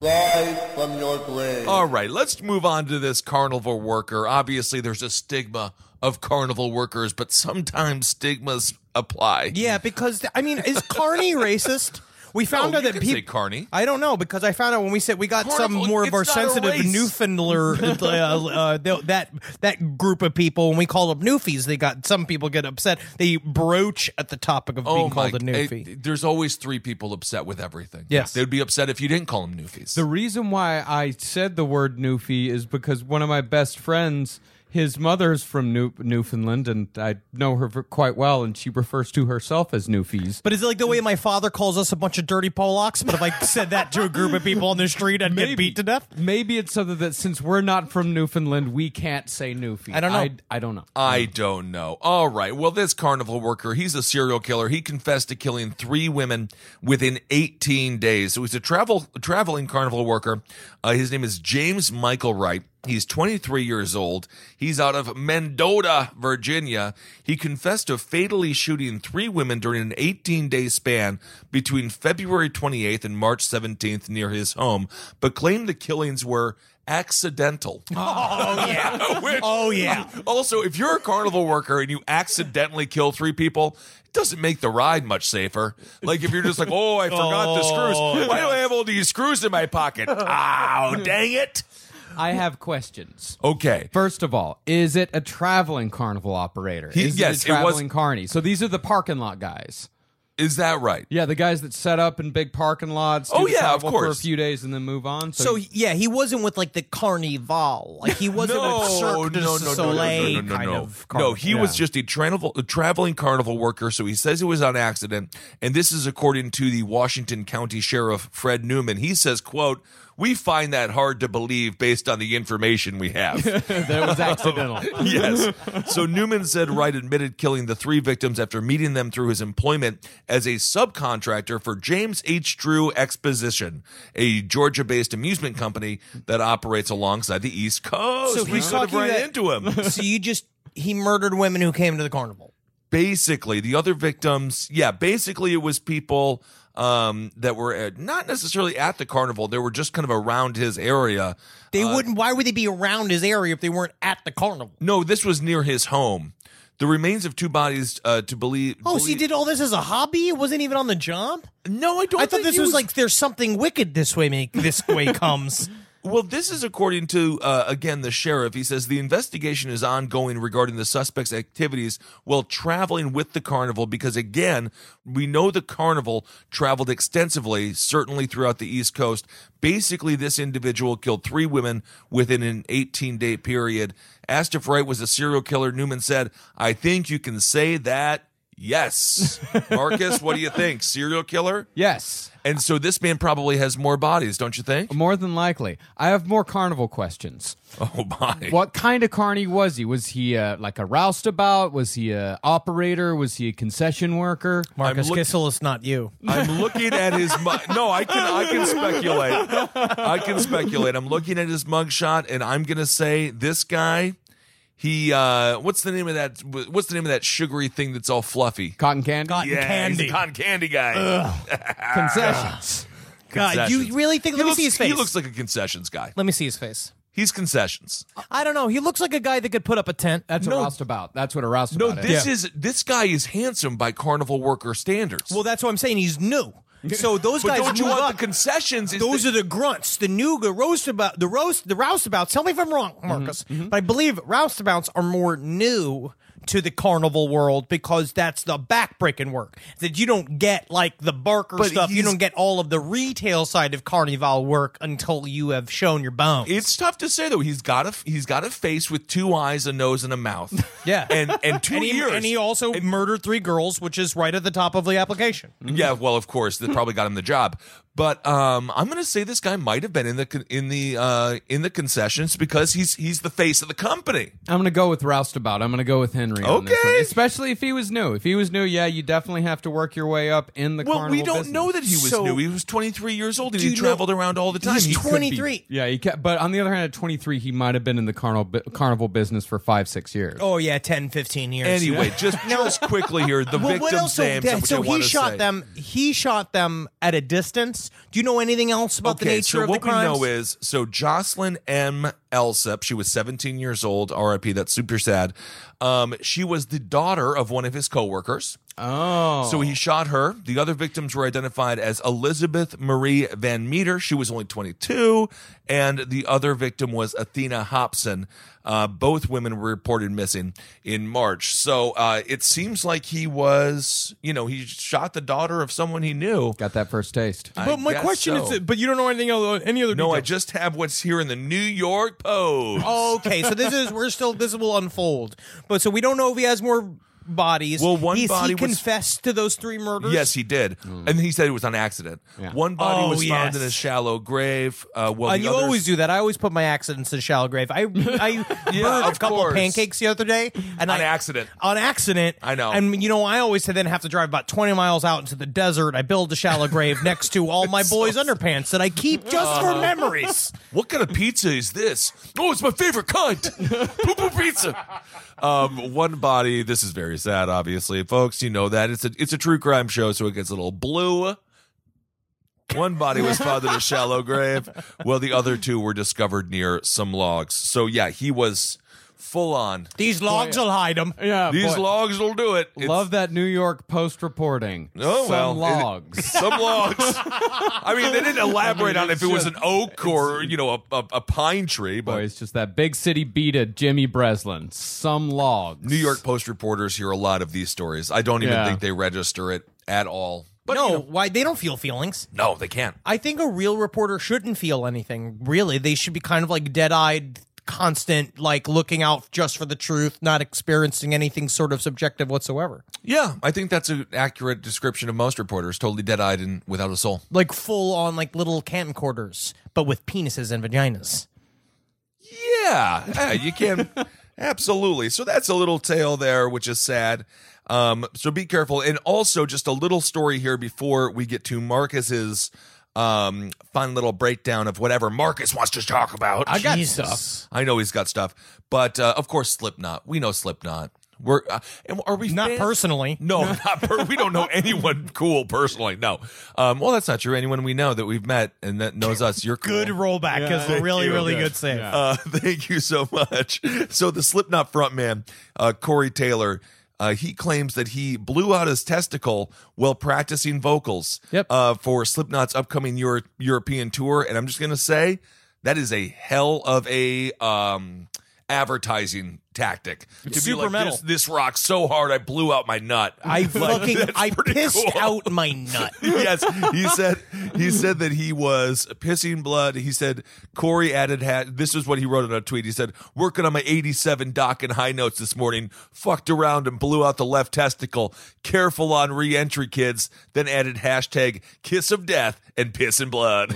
S4: Live from your grave.
S6: Oh.
S1: All right, let's move on to this carnival worker. Obviously, there's a stigma of carnival workers, but sometimes stigmas apply.
S3: Yeah, because I mean, is Carney racist? We found
S1: No,
S3: out
S1: Oh, you
S3: that
S1: can say
S3: people.
S1: Carney.
S3: I don't know because I found out when we said we got
S1: Carnival,
S3: some more of
S1: it's
S3: our
S1: not a
S3: sensitive
S1: race.
S3: Newfoundlander uh, uh, th- that that group of people when we call them Newfies, they got some people get upset. They broach at the topic of being called a Newfie.
S1: eh, there's always three people upset with everything.
S3: Yes.
S1: they'd be upset if you didn't call them newfies.
S2: The reason why I said the word Newfie is because one of my best friends, his mother's from New- Newfoundland, and I know her v- quite well, and she refers to herself as Newfies.
S3: but is it like the way my father calls us a bunch of dirty Polacks? But if I said that to a group of people on the street, I'd get beat to death.
S2: Maybe it's something that since we're not from Newfoundland, we can't say Newfie.
S3: I don't know.
S2: I, I don't know.
S1: I don't know. All right. Well, this carnival worker, he's a serial killer. He confessed to killing three women within 18 days. So he's a travel traveling carnival worker. Uh, his name is James Michael Wright. He's 23 years old. He's out of Mendota, Virginia. He confessed to fatally shooting three women during an 18 day span between February 28th and March 17th near his home, but claimed the killings were accidental.
S3: Oh yeah. oh yeah.
S1: Also, if you're a carnival worker and you accidentally kill three people, it doesn't make the ride much safer. Like if you're just like, oh, I forgot the
S3: Oh,
S1: screws. Why do I have all these screws in my pocket? Ow, dang it.
S2: I have questions.
S1: Okay.
S2: First of all, is it a traveling carnival operator?
S1: He-
S2: is
S1: yes,
S2: it a
S1: it was-
S2: traveling carny? So these are the parking lot guys.
S1: Is that right?
S2: Yeah, the guys that set up in big parking lots. do
S1: Oh,
S2: the
S1: yeah, of
S2: carnival
S1: course.
S2: For a few days and then move on.
S3: So yeah, he wasn't with like the carnival. Like he wasn't a Cirque du Soleil kind of.
S1: No,
S3: carnival.
S1: he was just a, travel, a traveling carnival worker, so he says it was on accident. And this is according to the Washington County Sheriff Fred Newman. He says, quote, we find that hard to believe based on the information we have.
S2: that was accidental.
S1: yes. So Newman said Wright admitted killing the three victims after meeting them through his employment as a subcontractor for James H. Drew Exposition, a Georgia based amusement company that operates alongside the East Coast.
S3: So
S1: we
S3: he's
S1: could have
S3: talking
S1: ran
S3: that-
S1: into him.
S3: so you just he murdered women who came to the carnival.
S1: basically the other victims yeah basically it was people um that were at, not necessarily at the carnival they were just kind of around his area
S3: They wouldn't. Why would they be around his area if they weren't at the carnival?
S1: no this was near his home the remains of two bodies uh to believe
S3: Oh, so he did all this as a hobby? It wasn't even on the job.
S1: no i don't
S3: I thought
S1: think
S3: this
S1: he
S3: was, like there's something wicked this way. Make this way comes.
S1: Well, this is according to, uh, again, the sheriff. He says the investigation is ongoing regarding the suspect's activities while traveling with the carnival because, again, we know the carnival traveled extensively, certainly throughout the East Coast. Basically, this individual killed three women within an 18 day period. Asked if Wright was a serial killer, Newman said, I think you can say that. Yes. Marcus, what do you think? Serial killer?
S2: yes,
S1: And so this man probably has more bodies, don't you think?
S2: more than likely. I have more carnival questions.
S1: Oh, my.
S2: What kind of carny was he? Was he uh, like a roustabout? Was he a operator? Was he a concession worker?
S3: Marcus
S1: look-
S3: Kissel, it's not you.
S1: I'm looking at his mug. No, I can I can speculate. I can speculate. I'm looking at his mugshot, and I'm gonna say this guy, He uh, what's the name of that? What's the name of that sugary thing that's all fluffy?
S2: Cotton candy.
S3: Cotton
S1: yeah,
S3: candy.
S1: he's a cotton candy guy. Ah,
S2: Concessions.
S3: God, you
S1: Concessions.
S3: really think?
S1: He
S3: Let me
S1: looks-
S3: see his
S1: He
S3: face.
S1: looks like a concessions guy.
S3: Let me see his face.
S1: He's concessions.
S3: I don't know. He looks like a guy that could put up a tent.
S2: That's a roustabout. That's what a roustabout
S1: No,
S2: is.
S1: this is this guy is handsome by carnival worker standards.
S3: Well, that's what I'm saying. He's new. So those
S1: but
S3: guys
S1: don't you
S3: move
S1: want
S3: up.
S1: the concessions? Is
S3: those
S1: the,
S3: are the grunts, the new the roastabout, the roast, the roustabouts. Tell me if I'm wrong,
S1: Mm-hmm.
S3: Marcus, but I believe roustabouts are more new to the carnival world because that's the backbreaking work that you don't get like the Barker
S1: But
S3: stuff. You
S1: he's-
S3: don't get all of the retail side of carnival work until you have shown your bones.
S1: It's tough to say though. He's got a he's got a face with two eyes, a nose, and a mouth.
S3: Yeah.
S1: and and two
S3: and he,
S1: ears.
S3: and he also murdered three girls, which is right at the top of the application.
S1: yeah, well, of course, that probably got him the job. But um, I'm going to say this guy might have been in the con- in the uh, in the concessions because he's he's the face of the company.
S2: I'm gonna go with roustabout. I'm gonna go with Henry. on this
S1: Okay.
S2: one. especially if he was new. If he was new, yeah, you definitely have to work your way up in the.
S1: Well, we
S2: carnival
S1: don't
S2: business.
S1: know that he was
S3: So-
S1: new. He was 23 years old and
S3: Do
S1: he
S3: you
S1: traveled
S3: know-
S1: around all the time.
S3: He's
S1: He could be-
S3: 23.
S2: Yeah, he kept, but on the other hand, at 23, he might have been in the carnival carnival business for five, six years.
S3: Oh yeah, 10, 15 years.
S1: Anyway, just just quickly here, the
S3: Well, what
S1: victim's
S3: else?
S1: names.
S3: so,
S1: which I
S3: so he
S1: wanna
S3: shot
S1: say.
S3: them. Um, He shot them at a distance. Do you know anything else about the
S1: Okay,
S3: nature
S1: so
S3: of
S1: what
S3: the crimes?
S1: we know is so Jocelyn M. Elsip, she was 17 years old, RIP, that's super sad. Um, she was the daughter of one of his coworkers.
S2: Oh,
S1: So he shot her. The other victims were identified as Elizabeth Marie Van Meter. She was only 22. And the other victim was Athena Hobson. Uh, both women were reported missing in March. So uh, it seems like he was, you know, he shot the daughter of someone he knew.
S2: got that first taste.
S1: I
S3: but my
S1: guess
S3: question
S1: so.
S3: is, but you don't know anything else. Any other?
S1: No, I
S3: details?
S1: just have what's here in the New York Post.
S3: Okay, so this is we're still this will unfold, but so we don't know if he has more bodies.
S1: Well, one
S3: He's,
S1: body
S3: he
S1: was-
S3: confessed to those three murders.
S1: Yes, he did, and he said it was on accident. One body
S3: Mm. Oh,
S1: was found
S3: yes.
S1: in a shallow grave. Uh, well,
S3: And
S1: the
S3: you
S1: others-
S3: always do that. I always put my accidents in shallow grave. I I burned
S1: of
S3: a couple
S1: course.
S3: pancakes the other day, and
S1: On
S3: I,
S1: accident.
S3: On accident.
S1: I know.
S3: And you know, I always then have to drive about twenty miles out into the desert. I build a shallow grave next to all my boys' underpants that I keep just for memories.
S1: What kind of pizza is this? Oh, it's my favorite kind. Poo poo pizza. Um, one body. This is very sad, obviously, folks. You know that it's a it's a true crime show, so it gets a little blue. One body was found in a shallow grave, while the other two were discovered near some logs. So yeah, he was full on.
S3: These logs will hide them.
S2: yeah,
S1: These
S2: boy.
S1: logs will do it. It's-
S2: Love that New York Post reporting.
S1: Oh
S2: Some
S1: well, it-
S2: logs.
S1: some logs. I mean, they didn't elaborate on if it was an oak or you know a, a, a pine tree, but
S2: Boy, it's just that big city beat of Jimmy Breslin. Some logs.
S1: New York Post reporters hear a lot of these stories. I don't even
S2: Yeah.
S1: think they register it at all. But
S3: no, why they don't feel feelings.
S1: no, they can't.
S3: I think a real reporter shouldn't feel anything. Really, they should be kind of like dead-eyed, constant, like looking out just for the truth, not experiencing anything sort of subjective whatsoever.
S1: Yeah, I think that's an accurate description of most reporters. Totally dead eyed and without a soul.
S3: like full on like little camcorders, but with penises and vaginas.
S1: Yeah, yeah, you can. Absolutely. So that's a little tale there, which is sad. Um, so be careful. And also, just a little story here before we get to Marcus's um, fun little breakdown of whatever Marcus wants to talk about. I
S3: got Jesus. stuff.
S1: I know he's got stuff, but uh, of course, Slipknot. We know Slipknot. We're uh, and are we
S3: Not
S1: fans?
S3: personally.
S1: No, not per- we don't know anyone cool personally. No. Um, well, that's not true. Anyone we know that we've met and that knows us, you're cool.
S3: Good rollback is a really,
S1: you.
S3: really
S1: Yeah.
S3: good save.
S1: Uh, thank you so much. So the Slipknot frontman, uh, Corey Taylor, uh, he claims that he blew out his testicle while practicing vocals
S2: Yep.
S1: uh, for Slipknot's upcoming Euro- European tour, and I'm just gonna say that is a hell of a um, advertising tactic. to
S3: super
S1: like,
S3: metal.
S1: This, this rocks so hard, I blew out my nut.
S3: I fucking
S1: that's
S3: I
S1: pretty
S3: pissed
S1: cool.
S3: out my nut.
S1: yes, he said he said that he was pissing blood. He said Corey added had this is what he wrote in a tweet. He said working on my 87 dock and high notes this morning, fucked around and blew out the left testicle. Careful on re-entry, kids. Then added hashtag kiss of death and piss and blood.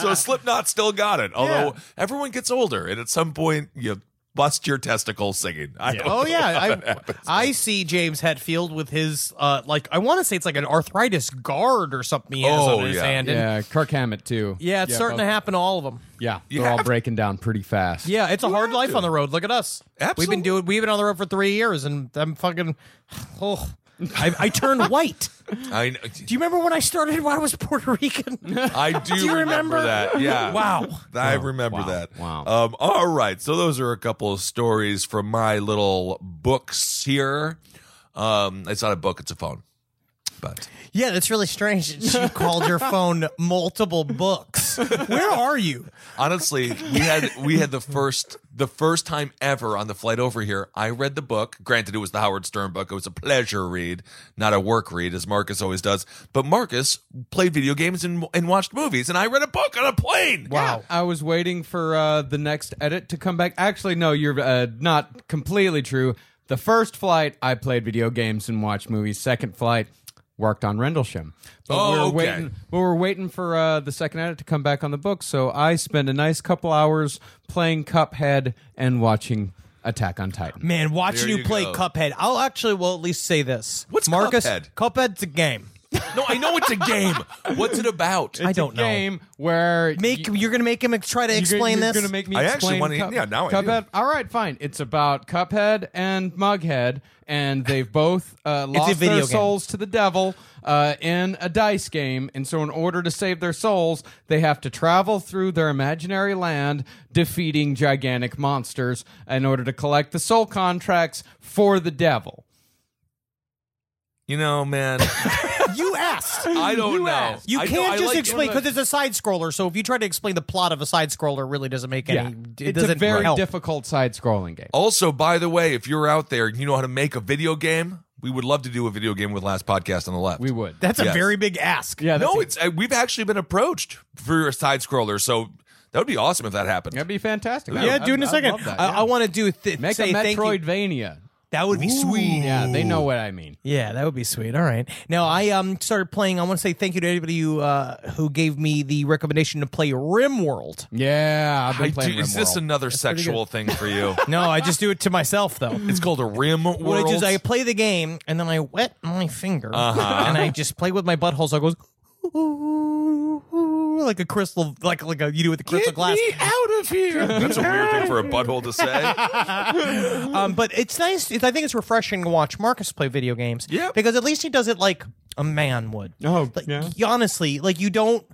S1: so Slipknot still got it, although everyone gets older, and at some point you bust your testicles singing. I don't
S3: Oh
S1: know how that
S3: yeah,
S1: happens.
S3: I, I see James Hetfield with his uh like I want to say it's like an arthritis guard or something he has
S1: Oh,
S3: on his
S1: yeah.
S3: hand. and-
S2: Yeah, Kirk Hammett too.
S3: yeah, it's starting to
S2: both-
S3: happen to all of them.
S2: Yeah,
S1: You
S2: they're all
S1: have-
S2: breaking down pretty fast.
S3: Yeah, it's a hard life on the road. Look at us. We've
S1: Absolutely.
S3: been doing we've been on the road for three years and I'm fucking oh I, I turned white.
S1: I, kn-
S3: Do you remember when I started when I was Puerto Rican?
S1: I do,
S3: you
S1: remember?
S3: remember?
S1: that. Yeah.
S3: Wow.
S1: I remember
S2: Oh, wow,
S1: that.
S2: wow.
S1: Um, all right. So those are a couple of stories from my little books here. Um, it's not a book, it's a phone. But
S3: yeah, that's really strange. that You called your phone multiple books. Where are you?
S1: honestly, we had we had the first the first time ever on the flight over here. I read the book. Granted, it was the Howard Stern book. It was a pleasure read, not a work read, as Marcus always does. But Marcus played video games and and watched movies, and I read a book on a plane.
S2: Wow. I was waiting for uh, the next edit to come back. Actually, no, you're uh, not completely true. The first flight, I played video games and watched movies. Second flight, worked on Rendlesham. But
S1: Oh,
S2: we were
S1: okay.
S2: waiting, we were waiting for uh, the second edit to come back on the book. So I spent a nice couple hours playing Cuphead and watching Attack on Titan.
S3: Man, watching
S1: There
S3: you,
S1: you
S3: play
S1: go.
S3: Cuphead. I'll actually will at least say this.
S1: What's
S3: Marcus?
S1: Cuphead?
S3: Cuphead's a game.
S1: No, I know it's a game. What's it about?
S3: I don't know.
S2: Game where
S3: Make
S2: you-
S3: you're gonna make him ex- try to
S2: You're gonna-
S3: explain
S2: you're
S3: this.
S2: gonna make me
S1: I actually
S2: explain
S1: wanna-
S2: Cup-
S1: yeah, now I do.
S2: Cuphead. All right, fine. It's about Cuphead and Mughead, and they've both uh, lost
S3: video
S2: their
S3: game.
S2: souls to the devil uh, in a dice game. And so, in order to save their souls, they have to travel through their imaginary land, defeating gigantic monsters in order to collect the soul contracts for the devil.
S1: You know, man,
S3: you asked.
S1: I don't know.
S3: You
S1: I know-
S3: can't
S1: I
S3: just
S1: like-
S3: explain because it's a side scroller. So if you try to explain the plot of a side scroller, it really doesn't make any. It
S2: it's a
S3: doesn't
S2: very
S3: help. Oh.
S2: difficult side-scrolling game.
S1: Also, by the way, if you're out there and you know how to make a video game, we would love to do a video game with Last Podcast on the Left.
S2: We would.
S3: That's a
S1: Yes.
S3: very big ask.
S2: yeah, that's
S1: No, it's uh, we've actually been approached for a side scroller, so that would be awesome if that happened.
S2: that'd be fantastic.
S3: Yeah,
S2: I-
S3: do it in
S2: I-
S3: a second.
S2: I, love that,
S3: I,
S2: yeah.
S3: want to do th-
S2: make
S3: say
S2: a
S3: thank you.
S2: Metroidvania.
S3: That would be sweet.
S2: Yeah, they know what I mean.
S3: Yeah, that would be sweet. All right. Now I um started playing. I want to say thank you to anybody who uh, who gave me the recommendation to play Rimworld.
S2: Yeah, I've been
S1: I do-
S2: playing
S1: is this
S2: RimWorld.
S1: another sexual thing for you?
S3: No, I just do it to myself though.
S1: it's called a rim world.
S3: What I do is I play the game and then I wet my finger
S1: Uh-huh.
S3: and I just play with my butthole. So it goes like a crystal, like like a, you do with the crystal glass.
S1: out of here. That's a weird thing for a butthole to say.
S3: Um, but it's nice. It's, I think it's refreshing to watch Marcus play video games.
S1: Yeah.
S3: because at least he does it like a man would.
S2: Oh,
S3: like,
S2: yeah.
S3: y- honestly, like you don't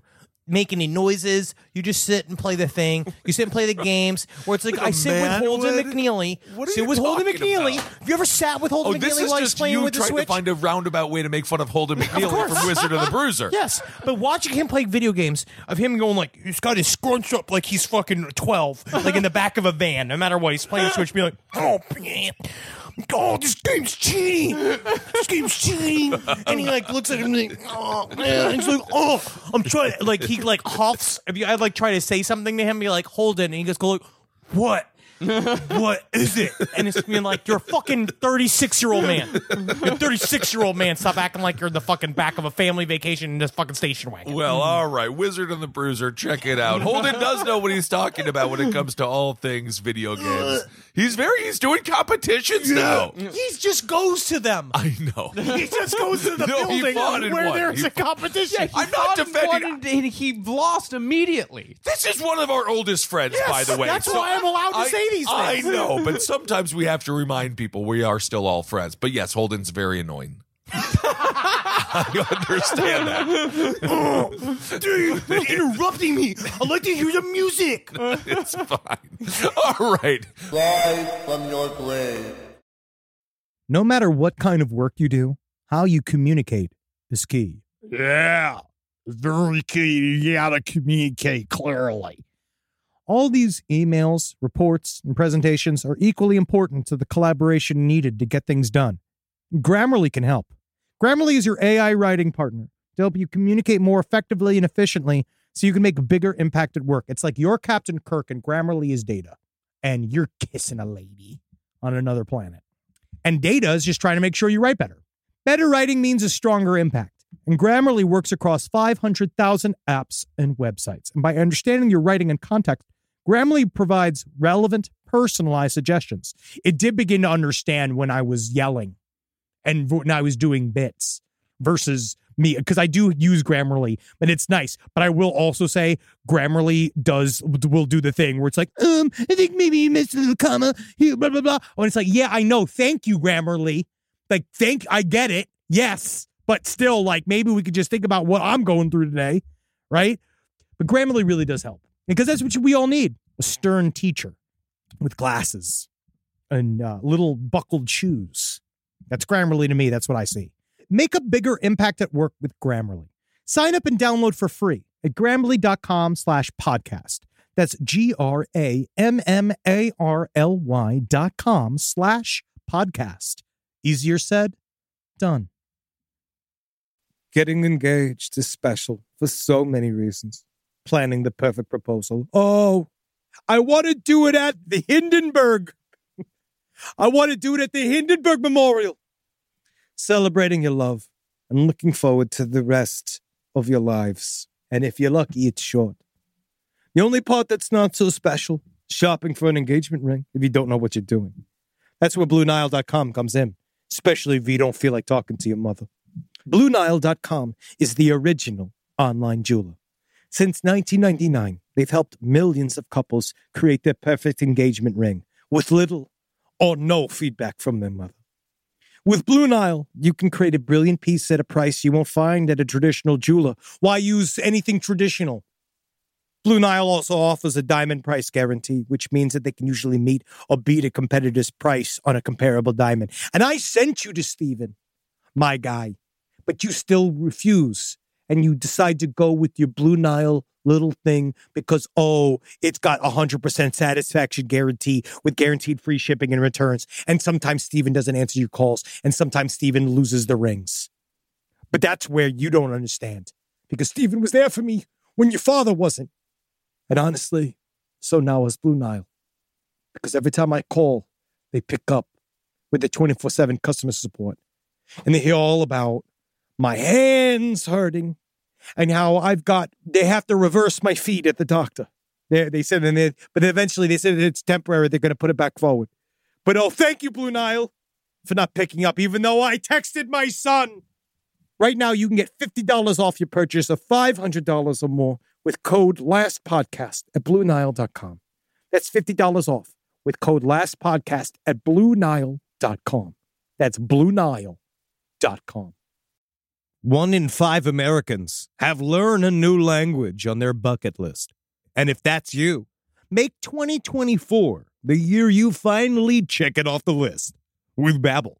S3: make any noises. You just sit and play the thing. You sit and play the games. Where it's like I sit with
S1: man
S3: Holden
S1: would?
S3: McNeely.
S1: What are
S3: sit
S1: you
S3: with Holden
S1: talking
S3: McNeely.
S1: about?
S3: Have you ever sat with
S1: Oh,
S3: Holden
S1: this
S3: McNeely
S1: is
S3: while he's
S1: just
S3: playing
S1: you
S3: with the
S1: trying to
S3: Switch?
S1: find a roundabout way to make fun of Holden McNeely
S3: course.
S1: from Wizard of the Bruiser.
S3: Yes, but watching him play video games of him going like this guy is scrunched up like he's fucking twelve, like in the back of a van, no matter what he's playing Switch, be like, oh man, oh this game's cheating, this game's cheating, and he like looks at him like, oh man, he's like, oh, I'm trying, like he like huffs. If you, I'd like try to say something to him, be like, hold it, and he just go like, what? what is it? And it's being like, you're a fucking 36 year old man. You're 36 year old man. Stop acting like you're in the fucking back of a family vacation in this fucking station wagon. Mm-hmm.
S1: Well, all right, Wizard and the Bruiser, check it out. Holden does know what he's talking about when it comes to all things video games. He's very he's doing competitions now.
S3: He just goes to them.
S1: I know.
S3: He just goes to the
S1: No, he
S3: building
S1: fought and
S3: where
S1: won.
S3: there's
S1: He
S3: a competition.
S1: I'm not defending.
S2: he lost immediately.
S1: This is one of our oldest friends,
S3: Yes,
S1: by the way.
S3: that's why I'm allowed to
S1: I-
S3: say these things.
S1: I know, but sometimes we have to remind people we are still all friends. But yes, Holden's very annoying. I understand that.
S3: Dude, you're interrupting me. I like to hear the music.
S1: It's fine. All right.
S4: Fly from your grave.
S5: No matter what kind of work you do, how you communicate is key.
S7: Yeah. Very key. You gotta communicate clearly.
S5: All these emails, reports, and presentations are equally important to the collaboration needed to get things done. Grammarly can help. Grammarly is your AI writing partner to help you communicate more effectively and efficiently so you can make a bigger impact at work. It's like you're Captain Kirk and Grammarly is data, and you're kissing a lady on another planet. And data is just trying to make sure you write better. Better writing means a stronger impact. And Grammarly works across 500,000 apps and websites. And by understanding your writing and context, Grammarly provides relevant, personalized suggestions. It did begin to understand when I was yelling and when I was doing bits versus me because I do use Grammarly and it's nice, but I will also say Grammarly does will do the thing where it's like, um, I think maybe you missed a little comma here, blah blah blah. And it's like, yeah, I know. Thank you, Grammarly. Like, thank I get it. Yes, but still, like maybe we could just think about what I'm going through today, right? But Grammarly really does help because that's what we all need: a stern teacher with glasses and uh, little buckled shoes. That's Grammarly to me. That's what I see. Make a bigger impact at work with Grammarly. Sign up and download for free at grammarly.com slash podcast. That's G R A M M A R L Y dot com slash podcast. Easier said, done.
S8: Getting engaged is special for so many reasons. Planning the perfect proposal. Oh, I want to do it at the Hindenburg. I want to do it at the Hindenburg Memorial. Celebrating your love and looking forward to the rest of your lives. And if you're lucky, it's short. The only part that's not so special, shopping for an engagement ring if you don't know what you're doing. That's where BlueNile.com comes in, especially if you don't feel like talking to your mother. BlueNile.com is the original online jeweler. Since 1999, they've helped millions of couples create their perfect engagement ring with little or no feedback from their mother. With Blue Nile, you can create a brilliant piece at a price you won't find at a traditional jeweler. Why use anything traditional? Blue Nile also offers a diamond price guarantee, which means that they can usually meet or beat a competitor's price on a comparable diamond. And I sent you to Steven, my guy, but you still refuse and you decide to go with your Blue Nile little thing because, oh, it's got 100% satisfaction guarantee with guaranteed free shipping and returns. And sometimes Steven doesn't answer your calls, and sometimes Steven loses the rings. But that's where you don't understand because Steven was there for me when your father wasn't. And honestly, so now is Blue Nile because every time I call, they pick up with their 24 7 customer support and they hear all about my hands hurting and how I've got they have to reverse my feet at the doctor. They they said and they, but eventually they said it's temporary, they're gonna put it back forward. But oh thank you, Blue Nile, for not picking up, even though I texted my son. Right now you can get $50 off your purchase of $500 or more with code LASTPODCAST at BlueNile.com. That's $50 off with code LASTPODCAST at BlueNile.com. That's BlueNile.com.
S5: One in five Americans have learned a new language on their bucket list. And if that's you, make 2024 the year you finally check it off the list with Babbel.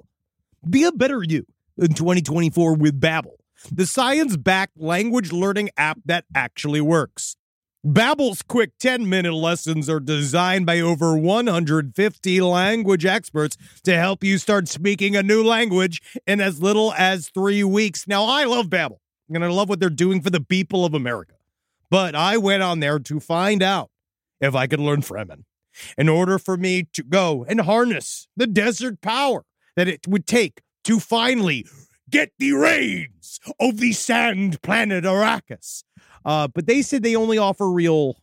S5: Be a better you in 2024 with Babbel, the science-backed language learning app that actually works. Babbel's quick 10-minute lessons are designed by over 150 language experts to help you start speaking a new language in as little as 3 weeks. Now, I love Babbel, and I love what they're doing for the people of America. But I went on there to find out if I could learn Fremen in order for me to go and harness the desert power that it would take to finally get the reins of the sand planet Arrakis. Uh, but they said they only offer real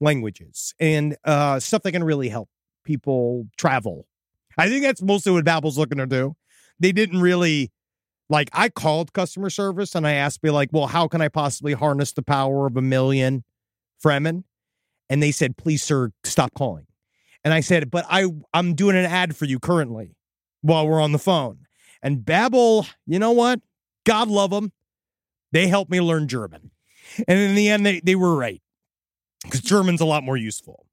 S5: languages and uh, stuff that can really help people travel. I think that's mostly what Babbel's looking to do. They didn't really like. I called customer service and I asked, "Be like, well, how can I possibly harness the power of a million Fremen?" And they said, "Please, sir, stop calling." And I said, "But I, I'm doing an ad for you currently while we're on the phone." And Babbel, you know what? God love them. They helped me learn German. And in the end, they, they were right because German's a lot more useful.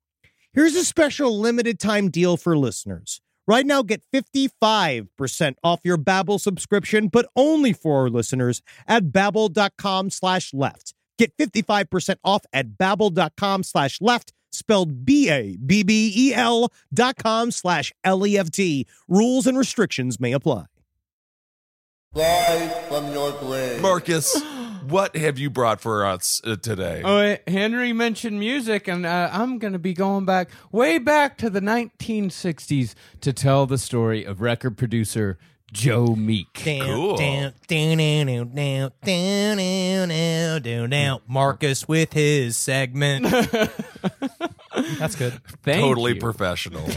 S5: Here's a special limited time deal for listeners. Right now, get 55% off your Babbel subscription, but only for our listeners at babbel.com slash left. Get 55% off at babbel.com slash left, spelled B-A-B-B-E-L E dot com slash L-E-F-T. Rules and restrictions may apply.
S4: Live from your grave.
S1: Marcus, what have you brought for us uh, today?
S2: Oh, wait, Henry mentioned music, and uh, I'm going to be going back way back to the 1960s to tell the story of record producer Joe Meek.
S1: Cool.
S3: Marcus with his segment. That's good.
S2: Thank
S1: totally
S2: you.
S1: professional.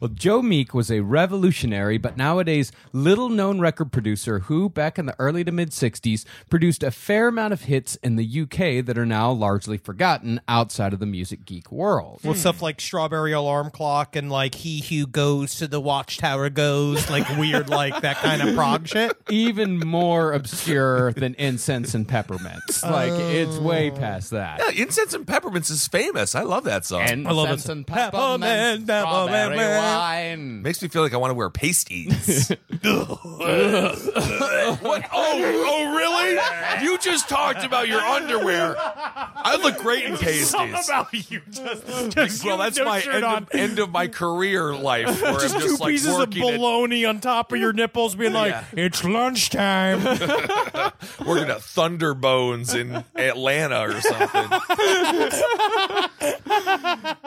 S2: Well, Joe Meek was a revolutionary, but nowadays little known record producer who, back in the early to mid 60s, produced a fair amount of hits in the UK that are now largely forgotten outside of the music geek world.
S3: Well, stuff like Strawberry Alarm Clock and like He Who Goes to the Watchtower Goes, like weird, like that kind of prog shit.
S2: Even more obscure than incense and peppermints. Like, it's way
S3: Oh.
S2: past that.
S1: yeah, Incense and Peppermints is famous. I love that song.
S2: Incense
S3: love it.
S2: and
S3: Peppermint,
S2: peppermints,
S3: peppermint.
S2: strawberry wine.
S1: Makes me feel like I want to wear pasties. what? Oh, oh, really? You just talked about your underwear. I look great in pasties.
S9: about you just, just
S1: Well,
S9: you
S1: that's
S9: no
S1: my
S9: shirt
S1: end
S9: on.
S1: of, end of my career life. Where I'm just
S9: two
S1: like
S9: pieces of
S1: working, at,
S9: bologna on top of your nipples, being like, "It's lunchtime."
S1: working at Thunderbones in Atlanta or something.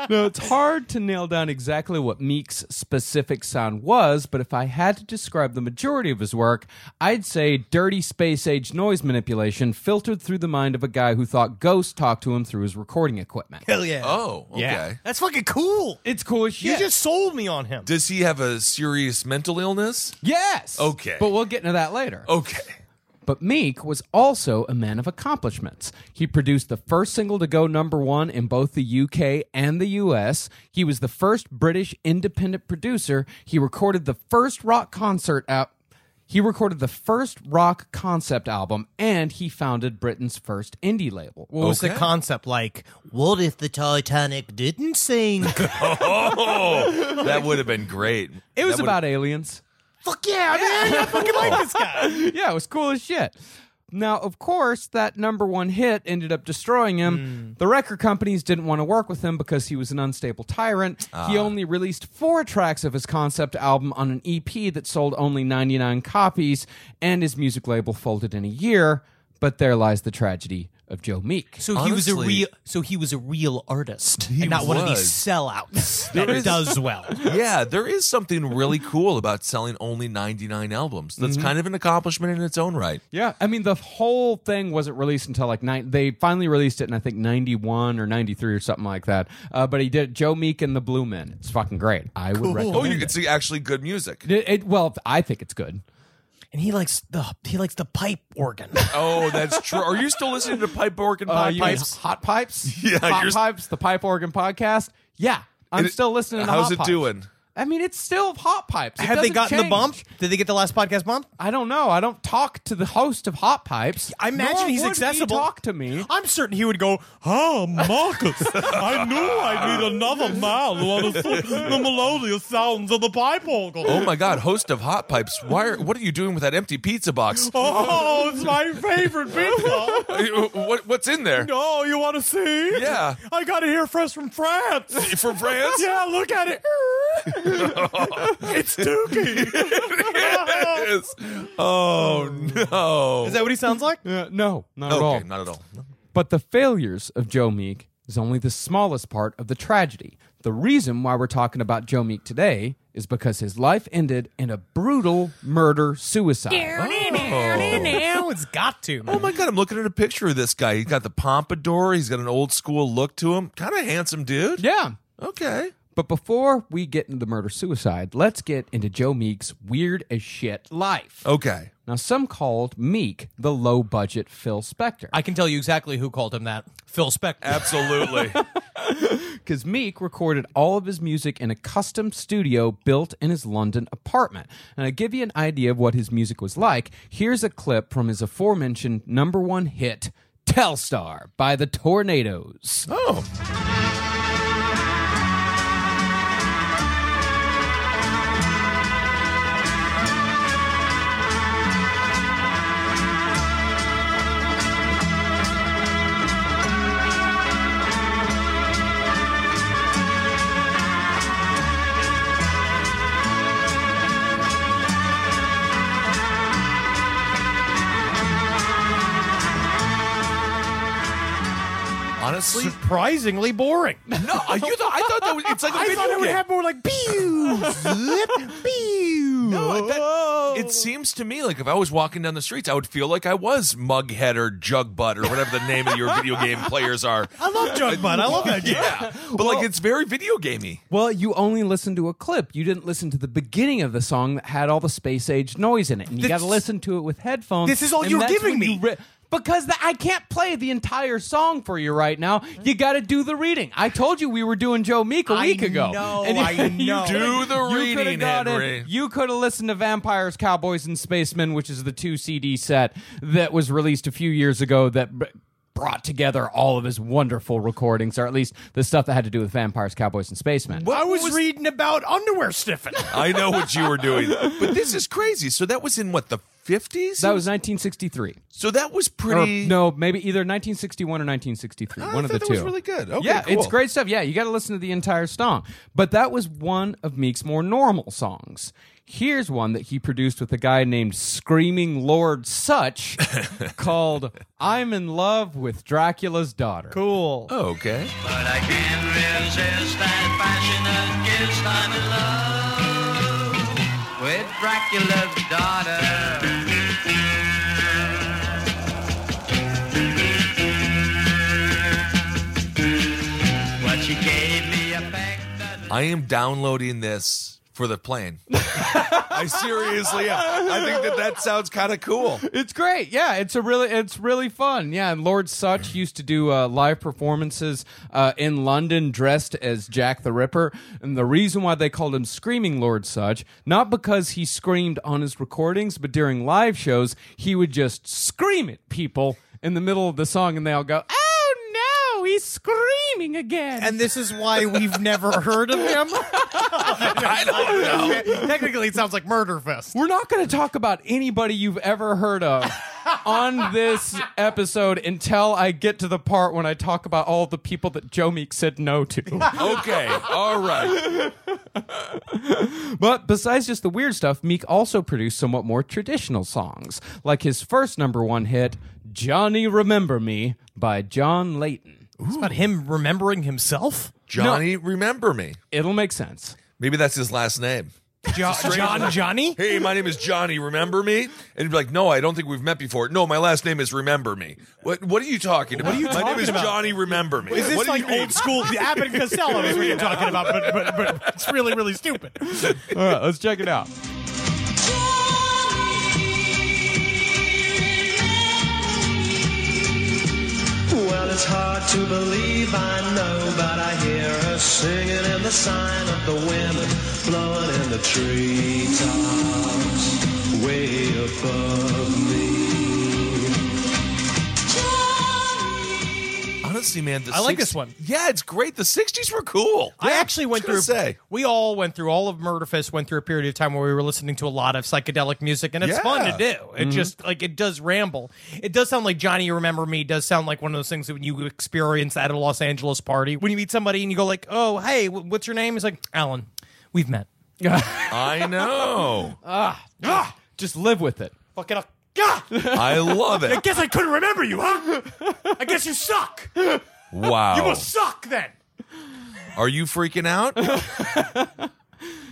S2: No, it's hard to nail down exactly what Meek's specific sound was, but if I had to describe the majority of his work, I'd say dirty space age noise manipulation filtered through the mind of a guy who thought ghosts talked to him through his recording equipment.
S3: Hell yeah.
S1: Oh, okay.
S3: That's fucking cool.
S2: It's cool as
S3: You
S2: shit.
S3: just sold me on him.
S1: Does he have a serious mental illness?
S2: yes.
S1: Okay.
S2: But we'll get into that later.
S1: Okay.
S2: But Meek was also a man of accomplishments. He produced the first single to go number one in both the UK and the US. He was the first British independent producer. He recorded the first rock concert out. He recorded the first rock concept album, and he founded Britain's first indie label.
S3: What was the
S1: Okay.
S3: concept like? What if the Titanic didn't sink?
S1: Oh, that would have been great.
S2: It was
S1: That would-
S2: about aliens.
S3: Fuck yeah, man! I fucking like this guy.
S2: yeah, it was cool as shit. Now, of course, that number one hit ended up destroying
S3: Hmm.
S2: him. The record companies didn't want to work with him because he was an unstable tyrant.
S3: Ah.
S2: He only released four tracks of his concept album on an EP that sold only 99 copies, and his music label folded in a year. But there lies the tragedy of Joe Meek.
S3: So he was a
S1: Honestly-
S3: real, so he was a real artist, and not one of these
S1: was.
S3: sellouts that does well.
S1: yeah, there is something really cool about selling only 99 albums. That's
S9: Mm-hmm.
S1: kind of an accomplishment in its own right.
S2: Yeah, I mean the whole thing wasn't released until like nine. They finally released it in I think ninety one or ninety three or something like that. Uh, but he did Joe Meek and the Blue Men. It's fucking great. I would recommend.
S1: Oh, you
S2: it.
S1: can see actually good music.
S2: It, it- well, I think it's good.
S3: And he likes the he likes the pipe organ.
S1: Oh, that's true. Are you still listening to Pipe
S9: Oh,
S1: Organ
S2: Uh,
S1: Pie
S2: you mean
S1: Pipes?
S2: hot pipes,
S1: Yeah,
S2: hot
S1: you're-
S2: pipes, the pipe organ podcast. Yeah, I'm
S1: And it-
S2: still listening. to
S1: how's
S2: Hot
S1: it
S2: Pipes.
S1: doing?
S2: I mean, it's still hot pipes. It
S3: Have they
S2: doesn't
S3: gotten the
S2: change.
S3: bump? Did they get the last podcast bump?
S2: I don't know. I don't talk to the host of Hot Pipes.
S3: I imagine
S2: nor
S3: he's
S2: would he
S3: accessible.
S2: talk to me.
S9: I'm certain he would go, "Oh, Marcus, I knew I need another man who understood the melodious sounds of the pipe organ."
S1: Oh my God, host of Hot Pipes. Why? Are, what are you doing with that empty pizza box?
S9: Oh, it's my favorite pizza.
S1: Uh, What, what's in there?
S9: No, you want to see?
S1: Yeah.
S9: I got it here fresh from France.
S1: From France?
S9: Yeah, look at it. it's Dookie.
S1: Yes. Oh no.
S3: Is that what he sounds like?
S2: Uh, no, not at all.
S1: okay, not at all.
S2: But the failures of Joe Meek is only the smallest part of the tragedy. The reason why we're talking about Joe Meek today is because his life ended in a brutal murder suicide.
S3: Now it's got to.
S1: Oh my god, I'm looking at a picture of this guy. He's got the pompadour. He's got an old school look to him. Kind of handsome dude.
S2: yeah.
S1: Okay.
S2: But before we get into the murder suicide, let's get into Joe Meek's weird as shit life.
S1: Okay.
S2: Now, some called Meek the low budget Phil Spector.
S3: I can tell you exactly who called him that. Phil Spector.
S1: Absolutely.
S2: because Meek recorded all of his music in a custom studio built in his London apartment. And to give you an idea of what his music was like, here's a clip from his aforementioned number one hit, Telstar by the Tornadoes.
S1: oh. Honestly,
S9: Surprisingly boring.
S1: no. I- You thought, I thought that was, it's like a
S9: I
S1: video
S9: thought it
S1: game.
S9: would have more like pew, zip, pew.
S1: No, that- it seems to me like if I was walking down the streets, I would feel like I was Mughead or Jugbutt or whatever the name of your video game players are.
S3: I love Jugbutt. I love that.
S1: Yeah, but like it's very video gamey.
S2: Well, you only listened to a clip. You didn't listen to the beginning of the song that had all the space age noise in it. And you got
S3: This-
S2: to listen to it with headphones.
S3: This is all
S2: and
S3: you're
S2: that's
S3: giving
S2: when
S3: me.
S2: you re- because the, I can't play the entire song for you right now. You got to do the reading. I told you we were doing Joe Meek a
S3: I
S2: week ago.
S3: know,
S2: and
S3: I know.
S1: Do the
S2: you coulda
S1: reading,
S2: gone in-
S1: Henry.
S2: you could have listened to Vampires, Cowboys, and Spacemen, which is the two CD set that was released a few years ago that b- brought together all of his wonderful recordings, or at least the stuff that had to do with Vampires, Cowboys, and Spacemen.
S3: I was, reading about underwear sniffing.
S1: I know what you were doing, but this is crazy. So that was in what the fifties.
S2: That was 1963.
S1: so that was
S2: Or,
S1: pretty.
S2: no, maybe either 1961 or 1963.
S1: I
S2: One of the
S1: thought that
S2: two.
S1: was really good. Okay,
S2: yeah, it's
S1: cool.
S2: great stuff. Yeah, you got to listen to the entire song. But that was one of Meek's more normal songs. Here's one that he produced with a guy named Screaming Lord Such called I'm in Love with Dracula's Daughter.
S3: Cool.
S1: Oh, okay.
S6: But I can't resist that passionate kiss. I'm in love with Dracula's daughter. What she gave me a back.
S1: I am downloading this for the plane. I seriously, am. I think that that sounds kind of cool.
S2: It's great. Yeah, it's a really it's really fun. Yeah, and Lord Such used to do uh, live performances uh, in London dressed as Jack the Ripper. And the reason why they called him Screaming Lord Such, not because he screamed on his recordings, but during live shows, he would just scream at people in the middle of the song and they all go, "Oh no, he's screaming again."
S3: And this is why we've never heard of him.
S1: I don't know.
S3: Technically, it sounds like Murder Fest.
S2: We're not going to talk about anybody you've ever heard of on this episode until I get to the part when I talk about all the people that Joe Meek said no to.
S1: Okay, all right.
S2: but besides just the weird stuff, Meek also produced somewhat more traditional songs, like his first number one hit, Johnny Remember Me by John Layton.
S3: It's about him remembering himself.
S1: Johnny, remember me.
S2: It'll make sense.
S1: Maybe that's his last name.
S3: Jo- John Johnny.
S1: Hey, my name is Johnny. Remember me? And he'd be like, No, I don't think we've met before. No, my last name is Remember Me. What? What are you talking about? What are you my name
S3: talking
S1: is
S3: about?
S1: Johnny. Remember me.
S3: Is this
S1: what do
S3: like
S1: you mean?
S3: old school Abbott and Costello? Is what you're talking about, but, but, but it's really really stupid.
S2: All right, let's check it out.
S6: Well, it's hard to believe, I know, but I hear her singing in the sign of the wind, blowing in the treetops, way above me.
S1: Honestly, man, the
S3: I like
S1: 60s
S3: this one.
S1: Yeah, it's great. The '60s were cool.
S3: I actually went
S1: I was
S3: through.
S1: gonna say.
S3: We all went through. All of Murderfist went through a period of time where we were listening to a lot of psychedelic music, and it's
S1: Yeah.
S3: fun to do. It just like it does ramble. It does sound like Johnny. You remember me? Does sound like one of those things that when you experience at a Los Angeles party when you meet somebody and you go like, "Oh, hey, wh- what's your name?" It's like Alan. We've met.
S1: I know.
S3: Ah,
S2: Just live with it.
S3: fuck it up. Ah!
S1: I love
S3: I
S1: it.
S3: guess I couldn't remember you, huh? I guess you suck. You
S1: Wow.
S3: must suck then.
S1: Are you freaking out?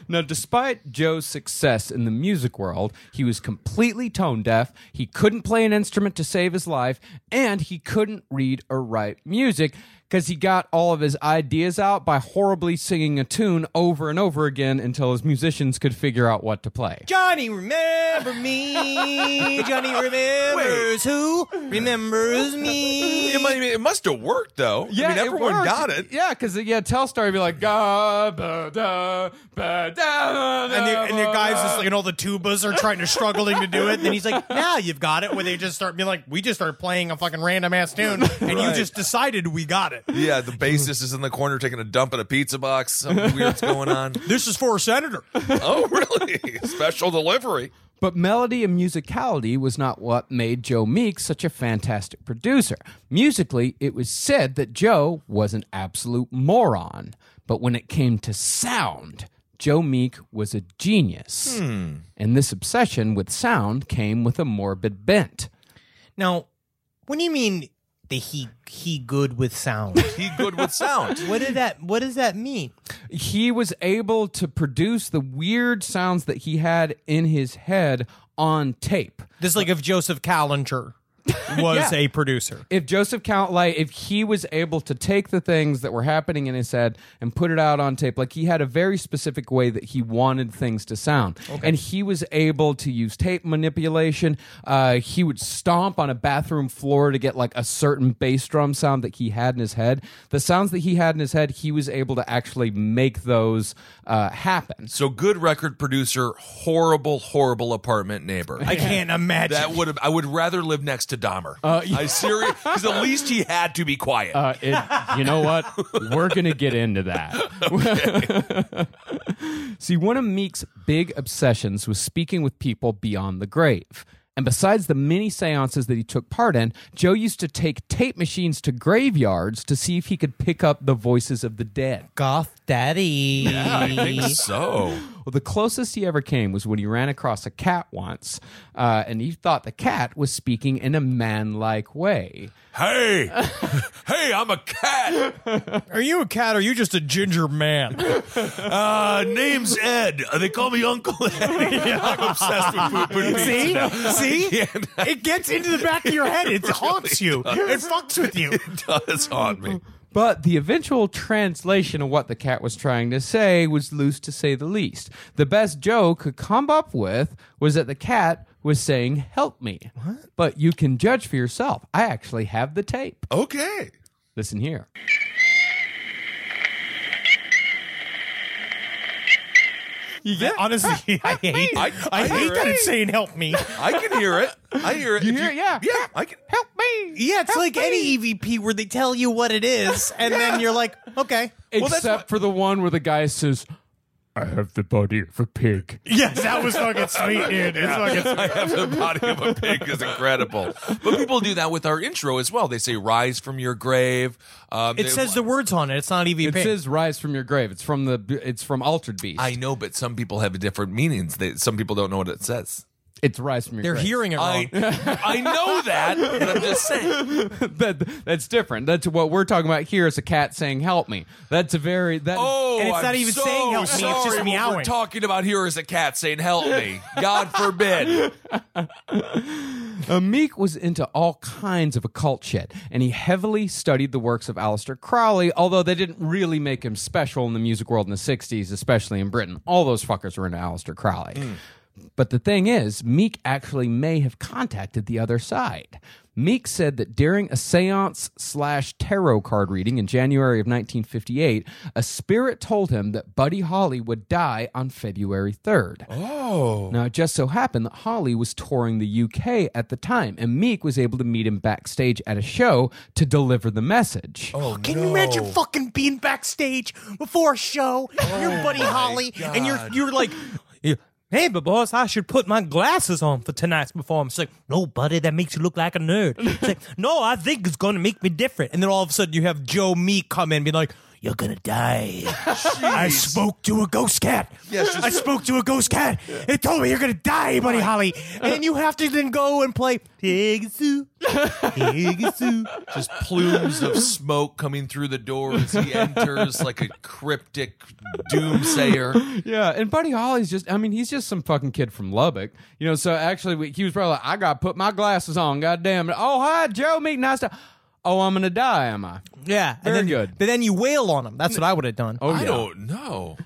S2: Now, despite Joe's success in the music world, he was completely tone deaf, he couldn't play an instrument to save his life, and he couldn't read or write music because he got all of his ideas out by horribly singing a tune over and over again until his musicians could figure out what to play.
S3: Johnny, remember me. Johnny remembers who remembers me.
S1: It, might, it must have worked though. I mean, everyone
S2: worked.
S1: got it.
S2: Yeah, because yeah, Telstar would be like, "Ga, ba, da, ba, da, da,
S3: And the, and the
S2: ba,
S3: guys,
S2: da."
S10: Oh.
S3: just, like, and all the tubas are trying to struggling to do it. And then he's like, "Now you've got it." Where they just start being like, "We just start playing a fucking random ass tune, and you
S1: Right.
S3: just decided we got it."
S1: Yeah, the bassist is in the corner taking a dump in a pizza box. Something weird's going on.
S3: This is for a senator.
S1: Oh, really? Special delivery.
S2: But melody and musicality was not what made Joe Meek such a fantastic producer. Musically, it was said that Joe was an absolute moron. But when it came to sound, Joe Meek was a genius. And this obsession with sound came with a morbid bent.
S3: Now, when you mean
S10: the he he good with sound.
S1: he good with sound.
S10: What did that? What does that mean?
S2: he was able to produce the weird sounds that he had in his head on tape.
S10: This is like if Joseph Callender was
S2: Yeah.
S10: a producer.
S2: If Joseph Count, like, if he was able to take the things that were happening in his head and put it out on tape, like he had a very specific way that he wanted things to sound, and he was able to use tape manipulation. Uh, he would stomp on a bathroom floor to get like a certain bass drum sound that he had in his head. The sounds that he had in his head, he was able to actually make those uh, happen.
S1: So good record producer, horrible, horrible apartment neighbor.
S10: I can't imagine.
S1: That would have. I would rather live next to Dahmer.
S2: Uh,
S1: I serious because at least he had to be quiet.
S2: Uh, it, you know what? We're going to get into that. See, one of Meek's big obsessions was speaking with people beyond the grave. And besides the many seances that he took part in, Joe used to take tape machines to graveyards to see if he could pick up the voices of the dead.
S10: Goth Daddy.
S1: yeah, I think so.
S2: Well, the closest he ever came was when he ran across a cat once, uh, and he thought the cat was speaking in a man like way.
S1: Hey, hey, I'm a cat.
S10: Are you a cat? Or are you just a ginger man?
S1: Uh, name's Ed. They call me Uncle Eddie. I'm obsessed with poop and beans
S10: See,
S1: now.
S10: see,
S1: Yeah, that
S10: it gets into the back of your head. It haunts you. It fucks with you.
S1: does haunt me.
S2: But the eventual translation of what the cat was trying to say was loose to say the least. The best Joe could come up with was that the cat was saying, Help me. But you can judge for yourself. I actually have the tape.
S1: Okay.
S2: Listen here.
S10: Honestly, I hate.
S1: I-
S10: I
S1: I
S10: hate
S1: hear
S10: that
S1: it.
S10: it's saying "help me."
S1: I can hear it. I hear it.
S2: You
S1: If
S2: hear it? Yeah.
S1: Yeah, I can.
S2: Help me.
S10: Yeah, it's like any e- EVP where they tell you what it is, and then you're like, okay.
S2: Except for the one where the guy says, I have the body of a pig.
S5: Yes, that was fucking sweet, dude. It's fucking sweet.
S1: I have the body of a pig is incredible. But people do that with our intro as well. They say rise from your grave. Um,
S10: It
S1: they-
S10: says the words on it. It's not E
S2: It
S10: EVP.
S2: says rise from your grave. It's from the it's from Altered Beast.
S1: I know, but some people have different meanings. They, some people don't know what it says.
S2: it's rise from your
S10: They're
S2: grave.
S10: hearing it wrong.
S1: I I know that, but I'm just saying.
S2: that that's different. That's what we're talking about here is a cat saying "help me." That's a very that.
S1: Oh,
S10: And it's not
S1: I'm
S10: even
S1: so
S10: saying help me, it's
S1: Sorry,
S10: just
S1: what We're
S10: meowing.
S1: talking about here is a cat saying help me. God forbid.
S2: Uh, Meek was into all kinds of occult shit, and he heavily studied the works of Aleister Crowley, although they didn't really make him special in the music world in the 60s, especially in Britain. All those fuckers were into Aleister Crowley. But the thing is, Meek actually may have contacted the other side. Meek said that during a seance slash tarot card reading in January of 1958, a spirit told him that Buddy Holly would die on February 3rd. Now, it just so happened that Holly was touring the UK at the time, and Meek was able to meet him backstage at a show to deliver the message.
S1: Oh,
S10: Can
S1: no. Oh
S10: you imagine fucking being backstage before a show? you're Buddy Holly, and you're you're like, yeah, hey, but boss, I should put my glasses on for tonight's performance. It's like, no, buddy, that makes you look like a nerd. It's like, no, I think it's going to make me different. And then all of a sudden, you have Joe Meek come in, and be like. You're gonna die. I spoke to a ghost cat. I spoke to a ghost cat. It told me you're gonna die, buddy Holly. And then you have to then go and play Pegasus. Pegasus.
S1: Just plumes of smoke coming through the door as he enters, like a cryptic doomsayer.
S2: Yeah, and Buddy Holly's just, I mean, he's just some fucking kid from Lubbock. You know, so actually, we, he was probably like, I got to put my glasses on, goddamn it. Oh, hi, Joe Meek, nice to. Oh, I'm going to die, am I?
S10: Yeah,
S2: Very
S10: and then,
S2: good.
S10: But then you wail on them. That's what I would have done.
S2: Oh,
S1: I
S2: yeah.
S1: don't know.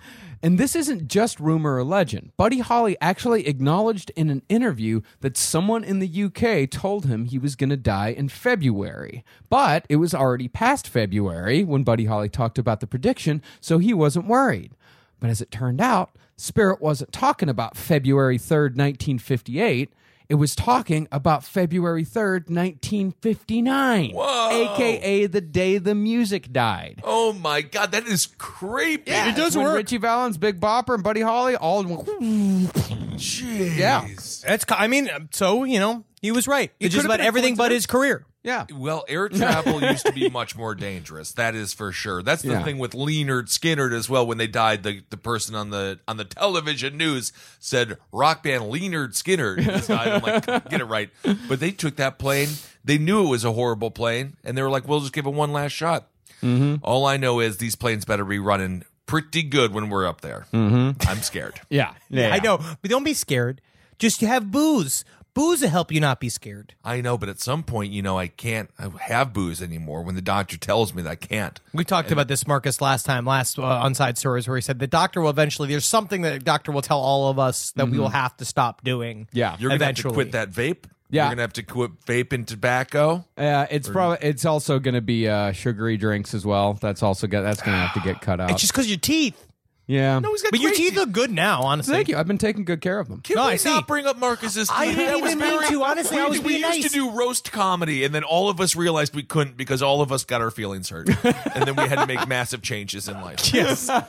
S2: And this isn't just rumor or legend. Buddy Holly actually acknowledged in an interview that someone in the UK told him he was going to die in February. But it was already past February when Buddy Holly talked about the prediction, so he wasn't worried. But as it turned out, Spirit wasn't talking about February 3rd, 1958. It was talking about February 3rd, 1959,
S1: Whoa.
S2: aka the day the music died.
S1: Oh my god, that is creepy.
S2: Yeah,
S1: It
S2: it's when Richie Valens, Big Bopper, and Buddy Holly all
S1: Jeez.
S2: Yeah.
S10: That's. ki- I mean, so you know, he was right. It's just
S2: could've
S10: about
S2: been a
S10: everything but his career.
S2: yeah.
S1: Well, air travel used to be much more dangerous. That is for sure. That's the
S2: Yeah.
S1: thing with Leonard Skinner as well. When they died, the, the person on the on the television news said rock band Leonard Skinner has died. I'm like, get it right. But they took that plane. They knew it was a horrible plane, and they were like, "We'll just give it one last shot."
S2: Mm-hmm.
S1: All I know is these planes better be running pretty good when we're up there.
S2: Mm-hmm.
S1: I'm scared.
S2: Yeah.
S3: I know, but don't be scared. Just have booze. Booze will help you not be scared.
S1: I know, but at some point, you know, I can't have booze anymore when the doctor tells me that I can't.
S3: We talked about this, Marcus, last time, last uh, on Side Stories, where he said the doctor will eventually. There's something that the doctor will tell all of us that we
S2: Mhm.
S3: will have to stop doing.
S2: Yeah.
S1: You're going to have to
S3: Eventually.
S1: quit that vape.
S2: Yeah.
S1: You're going to have to quit vaping tobacco.
S2: Uh, it's probably it's also going to be uh, sugary drinks as well. That's also got that's going to have to get cut out.
S3: It's just because your teeth.
S2: yeah.
S1: No, he's got
S3: But your
S1: great-
S3: teeth look good now, honestly.
S2: Thank you. I've been taking good care of them.
S1: Can
S3: No,
S1: we
S3: I see.
S1: not bring up Marcus's
S3: I
S1: teeth?
S3: didn't
S1: That was
S3: even mean
S1: very-
S3: to. Honestly,
S1: we,
S3: I was
S1: we
S3: being
S1: used to
S3: nice.
S1: do roast comedy, and then all of us realized we couldn't because all of us got our feelings hurt, and then we had to make massive changes in life.
S3: Yes.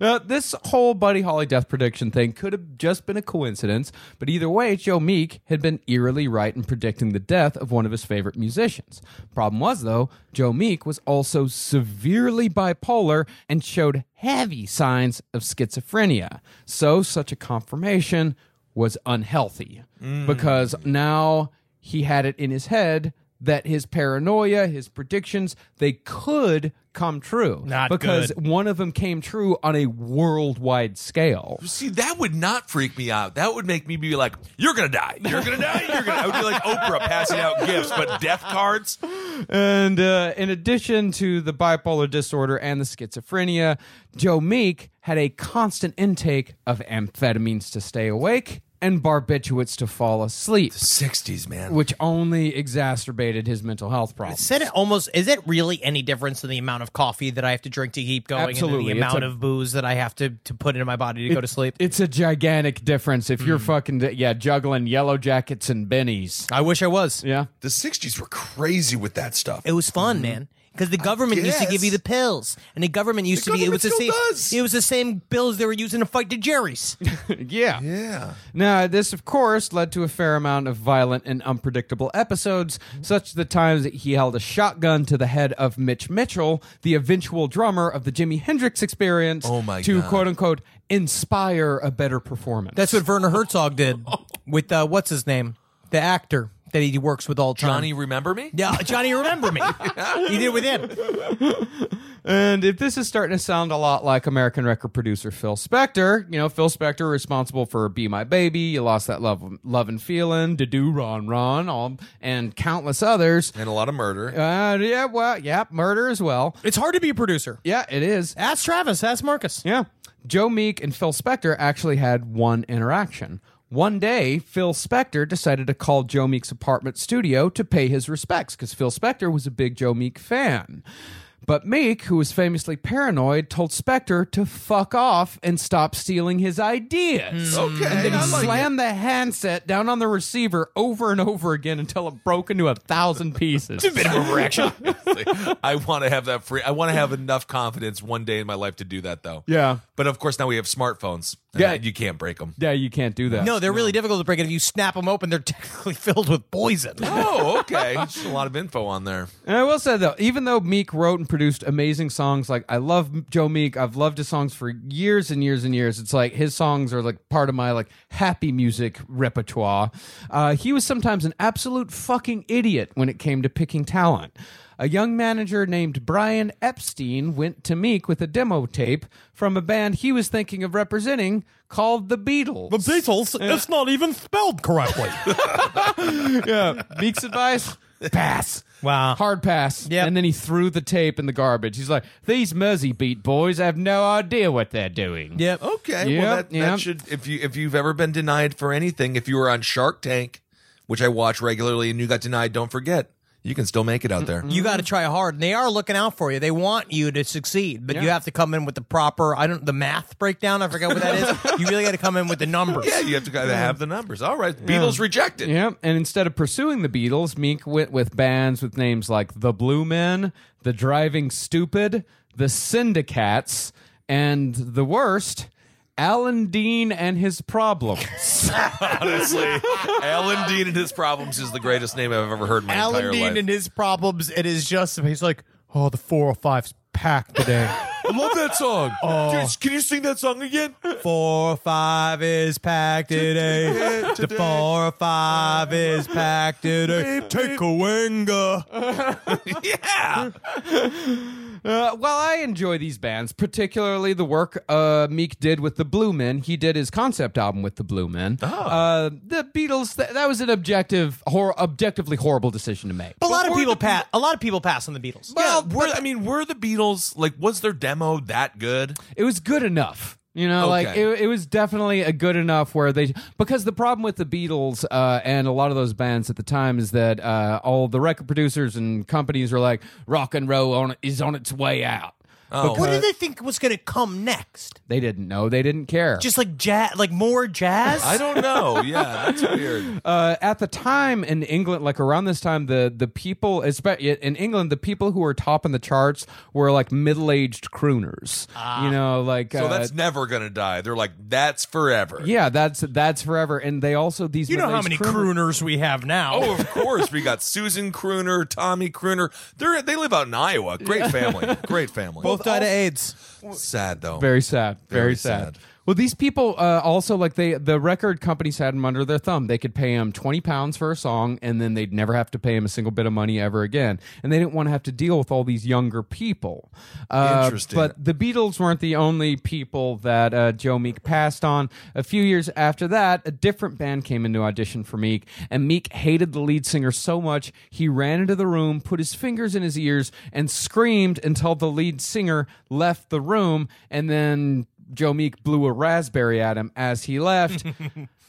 S2: Uh, this whole Buddy Holly death prediction thing could have just been a coincidence, but either way, Joe Meek had been eerily right in predicting the death of one of his favorite musicians. Problem was, though, Joe Meek was also severely bipolar and showed heavy signs of schizophrenia. So, such a confirmation was unhealthy because now he had it in his head that his paranoia, his predictions, they could come true.
S3: Not
S2: because
S3: good.
S2: one of them came true on a worldwide scale.
S1: See, that would not freak me out. That would make me be like, "You're gonna die. You're gonna die. You're gonna." I would be like Oprah passing out gifts, but death cards.
S2: And uh, in addition to the bipolar disorder and the schizophrenia, Joe Meek had a constant intake of amphetamines to stay awake and barbiturates to fall asleep,
S1: Sixties, man.
S2: which only exacerbated his mental health problems.
S3: Said it almost. Is it really any difference in the amount of coffee that I have to drink to keep going, and
S2: Absolutely. It's
S3: the amount
S2: a-
S3: of booze that I have to to put into my body to go to sleep?
S2: It's a gigantic difference if you're fucking yeah juggling yellow jackets and bennies.
S3: Hmm. I wish I was.
S2: Yeah,
S1: The sixties were crazy with that stuff.
S3: It was fun, man. Because the government used to give you
S1: guess.
S3: the pills, and the government used
S1: The
S3: to be it was Mm-hmm. the same.
S1: government still does.
S3: It was the same bills they were using to fight the Jerry's.
S2: yeah,
S1: yeah.
S2: Now, this, of course, led to a fair amount of violent and unpredictable episodes, such as the times that he held a shotgun to the head of Mitch Mitchell, the eventual drummer of the Jimi Hendrix experience,
S1: Oh, my
S2: to
S1: God.
S2: quote unquote inspire a better performance.
S3: That's what Werner Herzog did with uh, what's his name, the actor that he works with all the time.
S1: Johnny, remember me?
S3: Yeah, Johnny, remember me? he did it with him.
S2: And if this is starting to sound a lot like American record producer Phil Spector, you know, Phil Spector responsible for Be My Baby, You Lost That Love, Love and Feeling, To Do Ron Ron, all, and countless others.
S1: And a lot of murder.
S2: Uh, yeah, well, yeah, murder as well.
S3: It's hard to be a producer.
S2: Yeah, it is.
S3: Ask Travis. Ask Marcus.
S2: Yeah. Joe Meek and Phil Spector actually had one interaction. One day, Phil Spector decided to call Joe Meek's apartment studio to pay his respects because Phil Spector was a big Joe Meek fan. But Meek, who was famously paranoid, told Spector to fuck off and stop stealing his
S3: Hmm.
S2: ideas.
S1: Okay,
S2: And then he
S1: I like
S2: slammed the handset down on the receiver over and over again until it broke into a thousand pieces.
S1: I want to have that free. I want to have enough confidence one day in my life to do that, though.
S2: Yeah.
S1: But of course, now we have smartphones.
S2: Yeah.
S1: Yeah, you can't break them.
S2: Yeah, you can't do that.
S3: No, they're really difficult to break. And if you snap them open, they're technically filled with poison.
S1: Oh, okay. Just a lot of info on there.
S2: And I will say though, even though Meek wrote and produced amazing songs, like I love Joe Meek, I've loved his songs for years and years and years. It's like his songs are like part of my like happy music repertoire. Uh, he was sometimes an absolute fucking idiot when it came to picking talent. A young manager named Brian Epstein went to Meek with a demo tape from a band he was thinking of representing called the Beatles.
S9: The Beatles, it's not even spelled correctly.
S2: yeah. Meek's advice: pass.
S3: Wow.
S2: Hard pass.
S3: Yep.
S2: And then he threw the tape in the garbage. He's like, these Mersey beat boys have no idea what they're doing.
S3: Yep.
S1: Okay.
S2: Yeah,
S1: well, that,
S2: yeah.
S1: that should if you if you've ever been denied for anything, if you were on Shark Tank, which I watch regularly, and you got denied, don't forget you can still make it out there.
S3: You got to try hard, and they are looking out for you. They want you to succeed, but you have to come in with the proper. I don't the math breakdown. I forget what that is. you really got to come in with the numbers.
S1: yeah, you have to gotta have the numbers. All right, Beatles rejected.
S2: Yeah, and instead of pursuing the Beatles, Meek went with bands with names like The Blue Men, The Driving Stupid, The Syndicats, and the worst, Alan Dean and His Problems.
S1: Honestly, Alan Dean and his problems is the greatest name I've ever heard in my
S3: Alan
S1: entire
S3: Dean
S1: life.
S5: oh
S3: and his problems. It is just he's like, oh, the four or five's packed today.
S1: I love that song.
S3: Oh.
S1: Can, you, can you sing that song again?
S3: Four or five is packed today.
S1: Today.
S3: The four or five is packed today. Take a winger.
S1: yeah.
S2: Uh, well, I enjoy these bands, particularly the work uh, Meek did with the Blue Men. He did his concept album with the Blue Men.
S3: Oh.
S2: Uh, the Beatles, th- that was an objective, hor- objectively horrible decision to make.
S3: A lot of people pass. A lot of people pass on the Beatles.
S1: Well, were, I mean, were the Beatles like? Was their demo that good?
S2: It was good enough. You know, like
S1: Okay.
S2: it, it was definitely a good enough where they because the problem with the Beatles uh, and a lot of those bands at the time is that uh, all the record producers and companies were like rock and roll on is on its way out.
S1: Oh.
S3: What did they think was going to come next?
S2: They didn't know. They didn't care.
S3: Just like jazz, like more jazz.
S1: I don't know. Yeah, that's weird.
S3: Oh,
S2: uh, at the time in England, like around this time, the the people, especially in England, the people who were top in the charts were like middle aged crooners.
S3: Ah.
S2: You know, like
S1: So
S2: uh,
S1: that's never gonna die. They're like that's forever.
S2: yeah, that's that's forever. And they also these
S3: You know how
S2: middle-aged
S3: many
S2: crooner-
S3: crooners we have now.
S1: Oh, of course. We got Susan Crooner, Tommy Crooner. They're they live out in Iowa. Great family. Great family.
S3: Both died of AIDS.
S1: sad though.
S2: Very sad. Very,
S1: Very
S2: sad.
S1: sad.
S2: Well, these people uh, also like they the record companies had them under their thumb. They could pay them twenty pounds for a song, and then they'd never have to pay them a single bit of money ever again. And they didn't want to have to deal with all these younger people. Uh,
S1: Interesting.
S2: But the Beatles weren't the only people that uh, Joe Meek passed on. A few years after that, a different band came into audition for Meek, and Meek hated the lead singer so much he ran into the room, put his fingers in his ears, and screamed until the lead singer left the room, and then Joe Meek blew a raspberry at him as he left.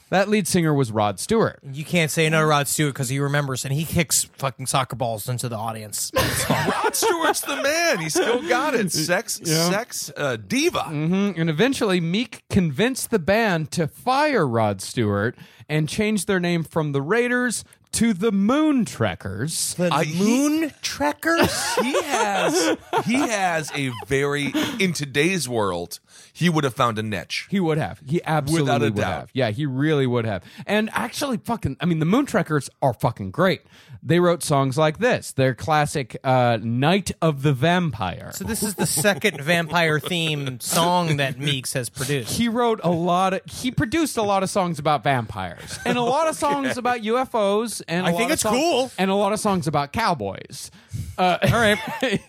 S2: that lead singer was Rod Stewart.
S3: You can't say another Rod Stewart because he remembers and he kicks fucking soccer balls into the audience.
S1: Rod Stewart's the man. He still got it. Sex, sex, uh, diva.
S2: Mhm. And eventually, Meek convinced the band to fire Rod Stewart and change their name from the Raiders to the Uh, Moon Trekkers.
S3: the
S1: I- he-
S3: Moon Trekkers.
S1: He has, he has a very in today's world, he would have found a niche.
S2: He would have. He absolutely
S1: Without a
S2: would
S1: doubt.
S2: have. Yeah, he really would have. And actually, fucking, I mean, the Moontrekkers are fucking great. They wrote songs like this. Their classic uh, "Night of the Vampire."
S3: So this is the second vampire theme song that Meeks has produced.
S2: he wrote a lot of he produced a lot of songs about vampires and a lot of songs about UFOs and I
S3: think it's cool.
S2: and a lot of songs about cowboys. Uh,
S3: All right.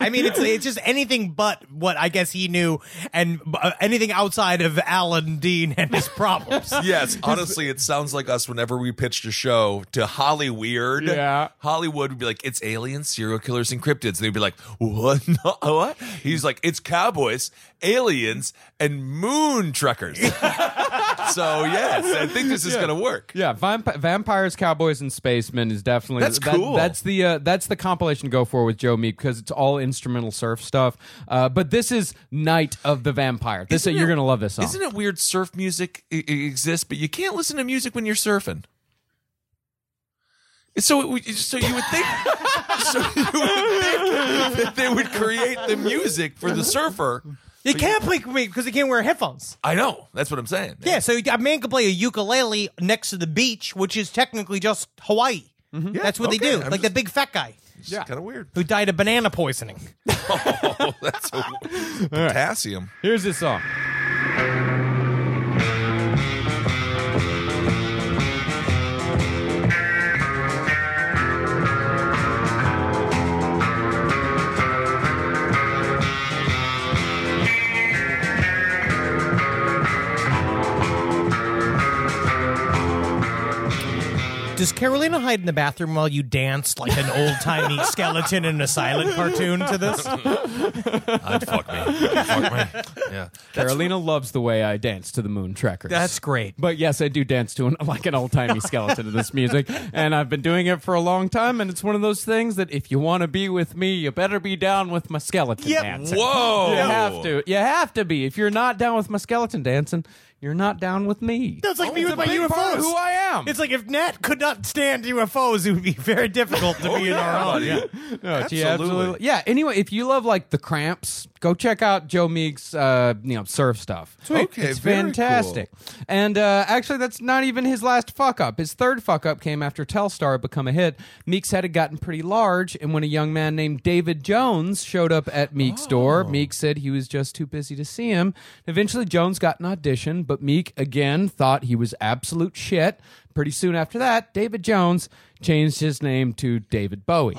S3: I mean, it's it's just anything but what I guess he knew, and uh, anything outside of Alan Dean and his problems.
S1: Yes, honestly, it sounds like us whenever we pitched a show to Holly Weird.
S2: Yeah.
S1: Hollywood would be like, it's aliens, serial killers, and cryptids. And they'd be like, what? No, what? He's like, it's cowboys, aliens, and moon truckers. so, yes, I think this is going to work.
S2: Yeah, vamp- vampires, cowboys, and spacemen is definitely
S1: That's cool.
S2: That's the uh, that's the compilation to go for with Joe Meek because it's all instrumental surf stuff. Uh, but this is Night of the Vampire. This
S1: Isn't
S2: you're
S1: it-
S2: gonna love this song.
S1: Isn't it weird surf music i- i- exists, but you can't listen to music when you're surfing? So, it, would- so you would think, so you would think that they would create the music for the surfer.
S3: You can't play because he can't wear headphones.
S1: I know. That's what I'm saying.
S3: Yeah, so a man can play a ukulele next to the beach, which is technically just Hawaii. That's what they
S1: okay,
S3: do.
S1: I'm
S3: like the
S1: just-
S3: big fat guy
S1: It's kind of weird.
S3: who died of banana poisoning.
S1: Oh, that's a, potassium.
S2: Here's this song.
S3: Does Carolina hide in the bathroom while you dance like an old timey skeleton in a silent cartoon to this?
S1: I'd fuck me. I'd fuck me. Yeah.
S2: Carolina loves the way I dance to the Moon Trekkers.
S3: That's great.
S2: But yes, I do dance to an, like an old timey skeleton to this music, and I've been doing it for a long time. And it's one of those things that if you want to be with me, you better be down with my skeleton
S3: Yep.
S2: dancing.
S1: Whoa.
S2: You have to. You have to be. If you're not down with my skeleton dancing, you're not down with me.
S3: That's like me with my
S2: big part
S3: UFOs.
S2: of who I am.
S3: It's like if Nat could not stand UFOs, it would be Oh, very difficult to be in our own.
S1: buddy.
S2: No, she
S1: Absolutely.
S2: Yeah. Anyway, if you love like the Cramps, Go check out Joe Meek's uh, you know surf stuff.
S1: Sweet. Okay,
S2: it's
S1: very
S2: fantastic. And uh, actually, that's not even his last fuck up. His third fuck up came after Telstar had become a hit. Meeks head had gotten pretty large, and when a young man named David Jones showed up at Meek's door,
S1: Oh.
S2: Meek said he was just too busy to see him. Eventually, Jones got an audition, but Meek again thought he was absolute shit. Pretty soon after that, David Jones changed his name to David Bowie.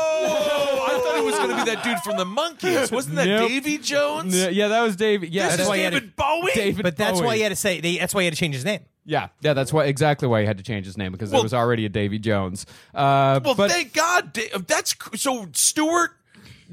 S1: Oh, I thought it was going to be that dude from the Monkeys. Wasn't that
S2: Nope.
S1: Davy Jones?
S2: Yeah, yeah, that was David. Yeah,
S1: This
S2: that's
S1: is
S2: why he had
S1: David
S2: to-
S1: Bowie?
S2: David
S3: But that's why
S2: Bowie.
S3: he had to say. They, that's why he had to change his name.
S2: Yeah, yeah, that's why exactly why he had to change his name because there was already a Davy Jones. Uh,
S1: Well,
S2: but
S1: thank God. Da- That's cr- so Stewart,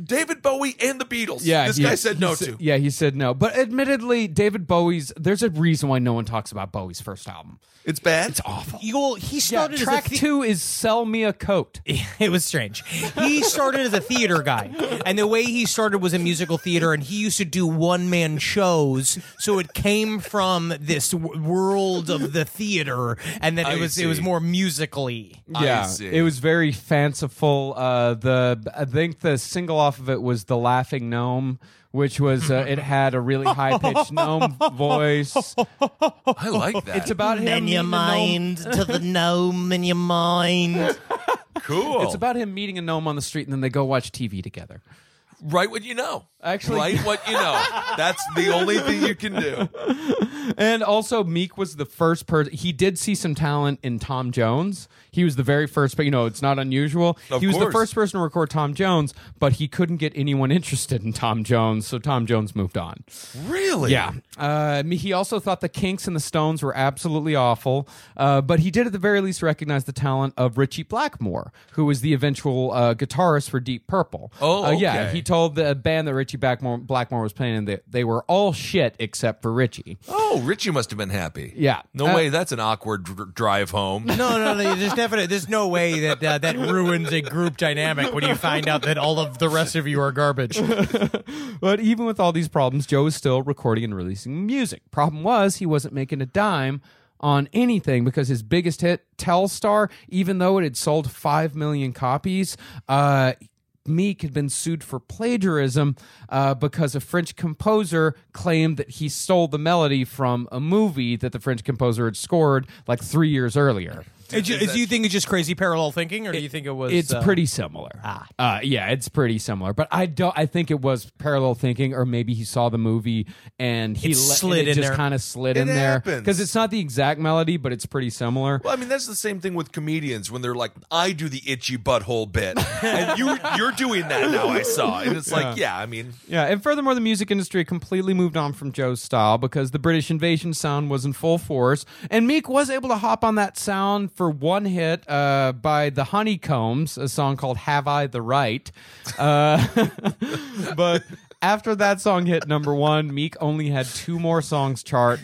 S1: David Bowie, and the Beatles.
S2: yeah,
S1: this
S2: he-
S1: guy said
S2: he
S1: no
S2: sa-
S1: to.
S2: Yeah, he said no. But admittedly, David Bowie's there's a reason why no one talks about Bowie's first album.
S1: It's bad.
S2: It's awful.
S3: You, well, he started as a
S2: Track
S3: the-
S2: two is "Sell Me a Coat."
S3: It was strange. He started as a theater guy, and the way he started was in musical theater, and he used to do one man shows. So it came from this w- world of the theater, and then
S1: I
S3: it was it was
S1: see.
S3: more musically.
S2: Yeah,
S1: see.
S2: it was very fanciful. Uh, the I think the single off of it was "The Laughing Gnome," which was uh, it had a really high pitched gnome voice.
S1: I like that.
S2: It's about him
S3: In your
S2: meeting a gnome-
S3: mind to the gnome in your mind.
S1: cool.
S2: It's about him meeting a gnome on the street, and then they go watch TV together.
S1: write what you know.
S2: Actually-
S1: write what you know. That's the only thing you can do.
S2: And also, Meek was the first person. He did see some talent in Tom Jones. He was the very first, but you know, it's not unusual.
S1: Of
S2: he was the
S1: course.
S2: first person to record Tom Jones, but he couldn't get anyone interested in Tom Jones, so Tom Jones moved on.
S1: Really?
S2: Yeah. Uh, I mean, he also thought the Kinks and the Stones were absolutely awful, uh, but he did at the very least recognize the talent of Richie Blackmore, who was the eventual uh, guitarist for Deep Purple.
S1: Oh,
S2: Uh, yeah.
S1: okay.
S2: He told the band that Richie Blackmore, Blackmore was playing in that they were all shit except for Richie.
S1: Oh, Richie must have been happy.
S2: Yeah.
S1: No
S2: Uh,
S1: way. That's an awkward dr- drive home.
S3: No, no, no. There's definitely there's no way that uh, that ruins a group dynamic when you find out that all of the rest of you are garbage.
S2: But even with all these problems, Joe was still recording and releasing music. Problem was, he wasn't making a dime on anything because his biggest hit, Telstar, even though it had sold 5 million copies, uh, Meek had been sued for plagiarism uh, because a French composer claimed that he stole the melody from a movie that the French composer had scored like three years earlier.
S3: Is you, do you think it's just crazy parallel thinking, or do you think it was?
S2: It's
S3: uh,
S2: pretty similar. Ah. Uh, yeah, it's pretty similar. But I don't. I think it was parallel thinking, or maybe he saw the movie and he
S3: It
S2: let-
S3: slid
S2: and it
S3: in
S2: just
S3: there.
S2: kind of slid
S1: It
S2: in there
S1: happens.
S2: because it's not the exact melody, but it's pretty similar.
S1: Well, I mean, that's the same thing with comedians when they're like, "I do the itchy butthole bit," and you you're doing that now. I saw, and it's like, yeah, I mean,
S2: Yeah, and furthermore, the music industry completely moved on from Joe's style because the British invasion sound was in full force, and Meek was able to hop on that sound for one hit uh, by the Honeycombs, a song called "Have I the Right," uh, but. After that song hit number one, Meek only had two more songs chart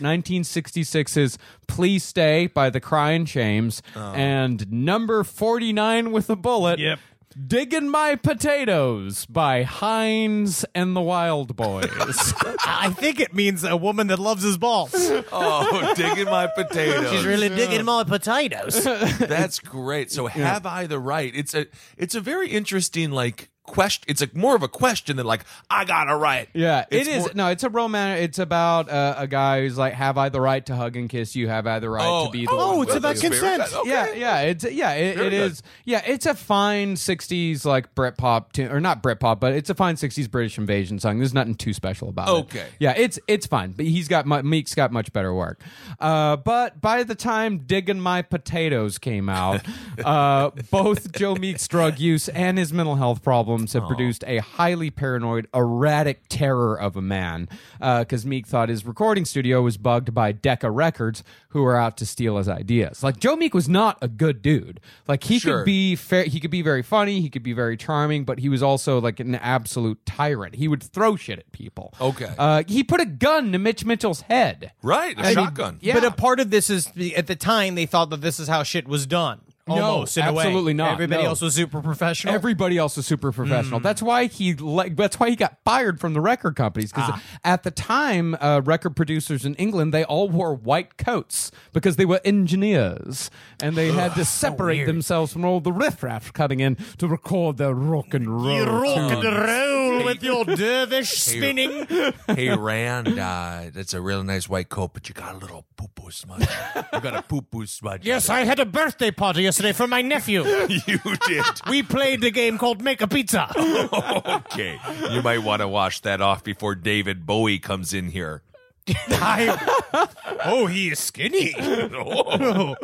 S2: 1966's Please Stay by the Crying Shames and number 49 with a Bullet.
S9: Yep.
S2: Digging My Potatoes by Heinz and the Wild Boys.
S3: I think it means a woman that loves his balls.
S1: oh, digging my potatoes.
S3: She's really digging my potatoes.
S1: That's great. So have I the right? It's a it's a very interesting like question. It's like more of a question than like I got a right.
S2: yeah,
S1: It's
S2: it is.
S1: more-
S2: no, it's a romance. It's about uh, a guy who's like, "Have I the right to hug and kiss you? Have I the right to be the one?"
S3: oh,
S2: with
S3: it's about
S2: you?"
S3: consent.
S1: Okay.
S2: Yeah, yeah, it's yeah, it,
S1: Very
S2: it
S1: good.
S2: is. Yeah, it's a fine '60s like Britpop tune, or not Britpop, but it's a fine '60s British invasion song. There's nothing too special about it.
S1: Okay.
S2: yeah, it's it's fine. But he's got mu- Meek's got much better work. Uh, but by the time "Digging My Potatoes" came out, uh, both Joe Meek's drug use and his mental health problems have produced a highly paranoid, erratic terror of a man. Because Meek thought his recording studio was bugged by Decca Records, who were out to steal his ideas. Like Joe Meek was not a good dude. Like he
S1: Sure.
S2: could be fair, he could be very funny, he could be very charming, but he was also like an absolute tyrant. He would throw shit at people.
S1: Okay.
S2: uh, he put a gun to Mitch Mitchell's head.
S1: Right, a
S2: I mean,
S1: shotgun.
S2: yeah.
S3: But a part of this is at the time they thought that this is how shit was done.
S2: No,
S3: Almost in a way.
S2: absolutely not,
S3: Everybody
S2: no.
S3: else was super professional.
S2: Everybody else was super professional. That's why he like. That's why he got fired from the record companies because at the time, uh, record producers in England they all wore white coats because they were engineers and they had to separate themselves from all the riffraff coming in to record their rock and roll. tunes.
S9: roll
S3: fool with your dervish spinning.
S1: Hey, Rand, uh, that's a really nice white coat, but you got a little poo poo smudge. You got a poo poo smudge.
S3: Yes, I had a birthday party yesterday for my nephew.
S1: you did.
S3: We played a game called Make a Pizza.
S1: Okay. You might want to wash that off before David Bowie comes in here.
S3: I- oh, he is skinny.
S1: Oh.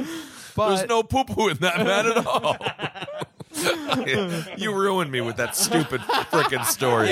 S1: There's no poo poo in that man at all. you ruined me with that stupid frickin' story.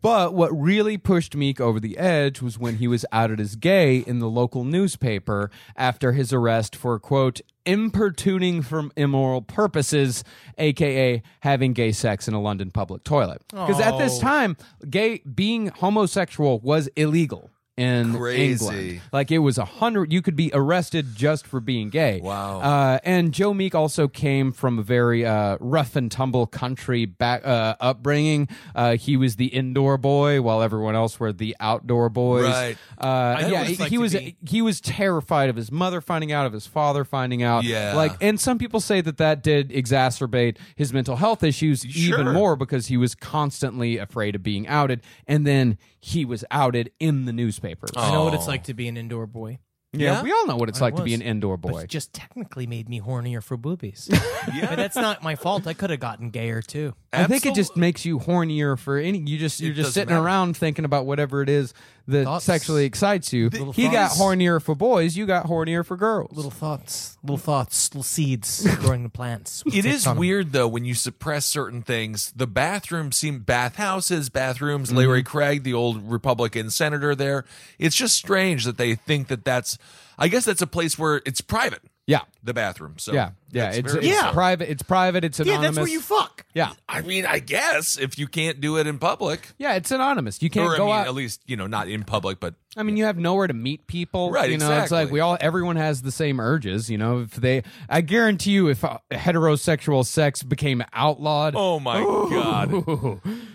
S2: But what really pushed Meek over the edge was when he was outed as gay in the local newspaper after his arrest for, quote, importuning from immoral purposes, aka having gay sex in a London public toilet. Because at this
S3: Oh.
S2: time, gay being homosexual was illegal in
S1: Crazy.
S2: England. Like it was a hundred, you could be arrested just for being gay.
S1: Wow.
S2: Uh, and Joe Meek also came from a very uh, rough and tumble country back uh, upbringing. Uh, he was the indoor boy, while everyone else were the outdoor boys.
S1: Right.
S2: Uh,
S3: I
S2: yeah.
S3: always
S2: He,
S3: like
S2: he
S3: to
S2: was
S3: be-
S2: he was terrified of his mother finding out, of his father finding out.
S1: Yeah.
S2: Like, and some people say that that did exacerbate his mental health issues
S1: Sure.
S2: even more because he was constantly afraid of being outed, and then he was outed in the newspapers.
S3: I know what it's like to be an indoor boy.
S2: Yeah, we all know what it's
S3: I
S2: like to be
S3: was,
S2: an indoor boy.
S3: But it just technically made me hornier for boobies. But that's not my fault. I could have gotten gayer too.
S2: I think it just makes you hornier for any. You just you're just
S1: doesn't
S2: sitting
S1: matter.
S2: around thinking about whatever it is that
S3: Thoughts.
S2: sexually excites you. he got
S3: thoughts.
S2: hornier for boys. You got hornier for girls.
S3: Little thoughts, little thoughts, little seeds growing the plants.
S1: It is
S3: on 'em.
S1: weird though when you suppress certain things. The bathroom seem bathhouses, bathrooms.
S2: Mm-hmm.
S1: Larry Craig, the old Republican senator, there. It's just strange that they think that that's. I guess that's a place where it's private.
S2: yeah,
S1: The bathroom. So
S2: yeah, yeah.
S1: that's
S2: It's,
S1: very
S2: it's
S3: Yeah.
S1: bizarre.
S2: private. It's private. It's
S3: Yeah,
S2: anonymous.
S3: that's where you fuck.
S2: yeah,
S1: I mean, I guess if you can't do it in public,
S2: yeah. It's anonymous. You can't
S1: or I
S2: go
S1: mean,
S2: out.
S1: at least you know not in public, but
S2: I mean, you have nowhere to meet people.
S1: Right,
S2: You know, it's
S1: exactly.
S2: like we all, everyone has the same urges. You know, if they, I guarantee you, if uh, heterosexual sex became outlawed,
S1: oh my god,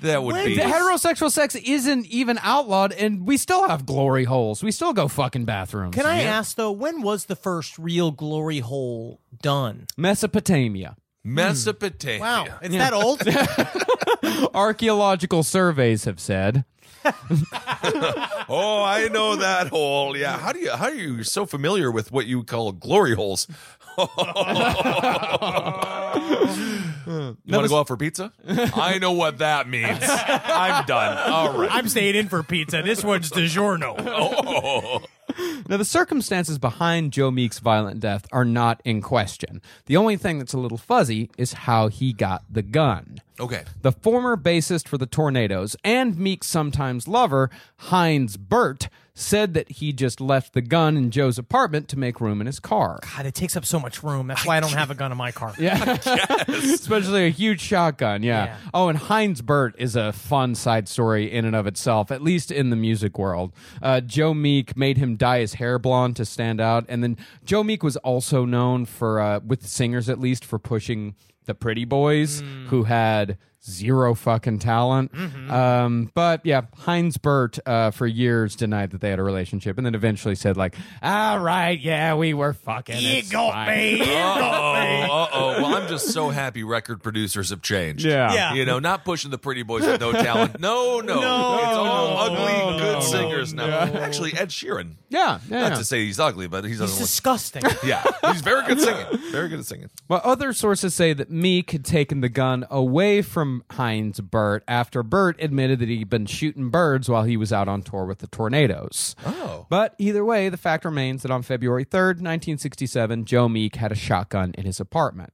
S1: that would be
S2: The heterosexual sex isn't even outlawed, and we still have glory holes. We still go fucking bathrooms.
S3: Can I ask though, when was the first real glory hole done?
S2: Mesopotamia.
S1: Mesopotamia.
S3: Wow, it's that old.
S2: Archaeological surveys have said.
S1: Oh, I know that hole. Yeah. How do you how are you so familiar with what you call glory holes? you want to go out for pizza? I know what that means. I'm done. All right.
S3: I'm staying in for pizza. This one's DiGiorno.
S1: Oh.
S2: Now, the circumstances behind Joe Meek's violent death are not in question. The only thing that's a little fuzzy is how he got the gun.
S1: Okay.
S2: The former bassist for the Tornadoes and Meek's sometimes lover, Heinz Burt, said that he just left the gun in Joe's apartment to make room in his car.
S3: God, it takes up so much room. That's why I don't have a gun in my car.
S2: Yeah. Especially a huge shotgun. Yeah.
S3: Yeah.
S2: Oh, and Heinz Burt is a fun side story in and of itself, at least in the music world. Uh, Joe Meek made him dye his hair blonde to stand out. And then Joe Meek was also known for, uh, with singers at least, for pushing the pretty boys
S3: Mm.
S2: who had zero fucking talent.
S3: Mm-hmm.
S2: Um, but yeah, Heinz Burt uh, for years denied that they had a relationship and then eventually said, like, all right, yeah, we were fucking.
S3: You
S2: it's
S3: got
S2: fine."
S3: me. You got me.
S1: Uh oh. Well, I'm just so happy record producers have changed.
S2: Yeah.
S3: Yeah.
S1: You know, not pushing the pretty boys with no talent. No, no.
S3: No,
S1: it's all
S3: no,
S1: ugly,
S3: no,
S1: good
S3: no,
S1: singers now. Actually, Ed Sheeran.
S2: Yeah. yeah,
S1: Not
S2: yeah.
S1: to say he's ugly, but he
S3: It's
S1: doesn't look
S3: disgusting.
S1: Yeah, he's very good singing. Very good at singing.
S2: Well, other sources say that Meek had taken the gun away from Heinz Burt after Burt admitted that he'd been shooting birds while he was out on tour with the Tornadoes.
S1: Oh.
S2: But either way, the fact remains that on February 3rd, 1967, Joe Meek had a shotgun in his apartment.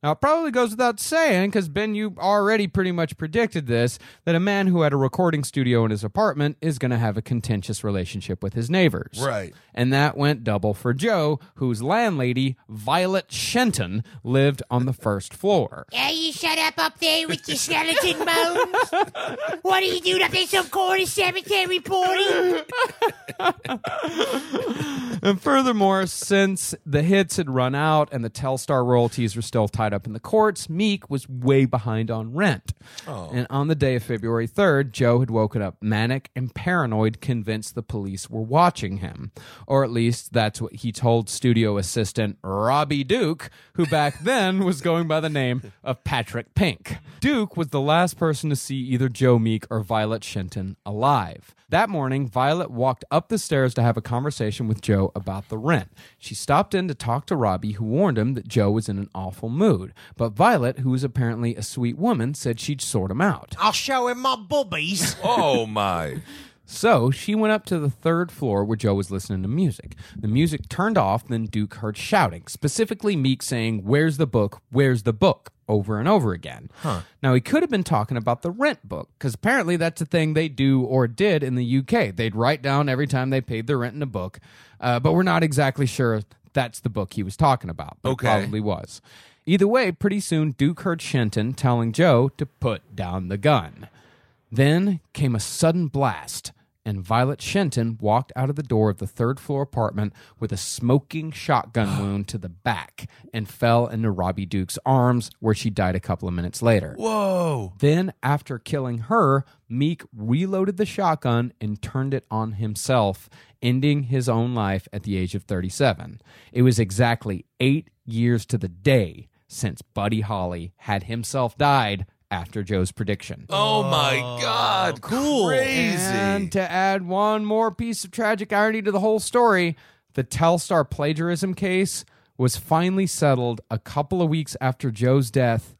S2: Now, it probably goes without saying, because Ben, you already pretty much predicted this, that a man who had a recording studio in his apartment is going to have a contentious relationship with his neighbors.
S1: Right.
S2: And that went double for Joe, whose landlady, Violet Shenton, lived on the first floor.
S11: Yeah, you shut up up there with your skeleton bones. What are you doing up there, some corny cemetery party?
S2: And furthermore, since the hits had run out and the Telstar royalties were still tied up in the courts, Meek was way behind on rent. And on the day of February 3rd, Joe had woken up manic and paranoid, convinced the police were watching him. Or at least that's what he told studio assistant Robbie Duke, who back then was going by the name of Patrick Pink. Duke was the last person to see either Joe Meek or Violet Shenton alive. That morning, Violet walked up the stairs to have a conversation with Joe about the rent. She stopped in to talk to Robbie, who warned him that Joe was in an awful mood. But Violet, who was apparently a sweet woman, said she'd sort him out.
S3: I'll show him my boobies.
S1: Oh my.
S2: So she went up to the third floor where Joe was listening to music. The music turned off, then Duke heard shouting, specifically Meek saying, Where's the book? Where's the book? over and over again. Now he could have been talking about the rent book, because apparently that's a thing they do or did in the UK. They'd write down every time they paid their rent in a book, uh, but we're not exactly sure that's the book he was talking about. But
S1: Okay.
S2: it probably was. Either way, pretty soon Duke heard Shenton telling Joe to put down the gun. Then came a sudden blast, and Violet Shenton walked out of the door of the third floor apartment with a smoking shotgun wound to the back and fell into Robbie Duke's arms, where she died a couple of minutes later.
S1: Whoa.
S2: Then, after killing her, Meek reloaded the shotgun and turned it on himself, ending his own life at the age of 37. It was exactly eight years to the day since Buddy Holly had himself died after Joe's prediction.
S1: Oh my God. Cool. Crazy.
S2: And to add one more piece of tragic irony to the whole story, the Telstar plagiarism case was finally settled a couple of weeks after Joe's death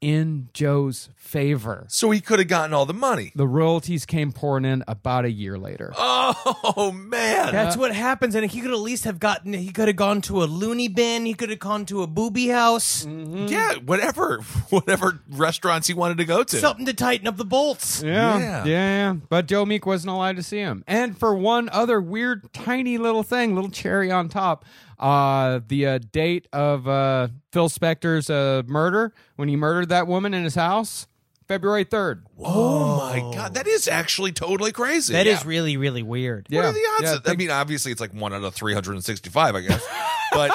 S2: in Joe's favor.
S1: so he could have gotten all the money.
S2: The royalties came pouring in about a year later.
S1: Oh man.
S3: That's what happens, and he could at least have gotten. He could have gone to a loony bin. He could have gone to a booby house.
S1: Yeah, whatever, whatever restaurants he wanted to go to.
S3: Something to tighten up the bolts.
S2: Yeah,
S1: Yeah.
S2: yeah, yeah. But Joe Meek wasn't allowed to see him. And for one other weird, tiny little thing, little cherry on top, uh, the uh, date of uh, Phil Spector's uh, murder when he murdered that woman in his house, February third.
S1: oh my god, that is actually totally crazy.
S3: That is
S1: Yeah.
S3: really, really weird.
S1: What are the odds? of- I mean, obviously, it's like one out of three hundred and sixty-five, I guess. but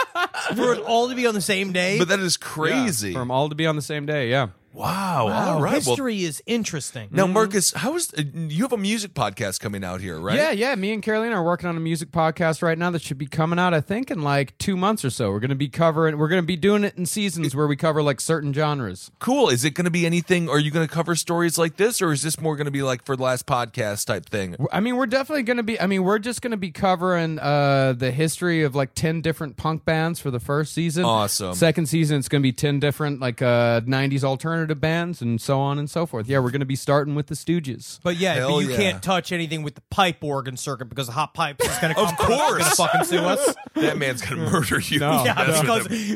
S3: For it all to be on the same day.
S1: but that is crazy.
S2: From all to be on the same day. Yeah.
S1: wow,
S3: Wow,
S1: All right.
S3: Oh, history is interesting.
S1: Well, now, Marcus, how is uh, you have a music podcast coming out here, right?
S2: Yeah, yeah. Me and Carolina are working on a music podcast right now that should be coming out, I think, in like two months or so. We're going to be covering, we're going to be doing it in seasons where we cover like certain genres.
S1: Cool. Is it going to be anything? Are you going to cover stories like this, or is this more going to be like for the last podcast type thing?
S2: I mean, we're definitely going to be. I mean, we're just going to be covering uh, the history of like ten different punk bands for the first season.
S1: Awesome.
S2: Second season, it's going to be ten different like uh, '90s alternative bands and so on and so forth. Yeah, we're going to be starting with the Stooges.
S3: But yeah,
S1: Hell
S3: but you
S1: yeah.
S3: can't touch anything with the pipe organ circuit because the hot pipes is going to come.
S1: Of
S3: for us,
S1: course.
S3: gonna fucking sue us.
S1: That man's going to murder you.
S2: No.
S1: You mess
S3: Yeah,
S1: with
S3: because
S1: him.
S3: he's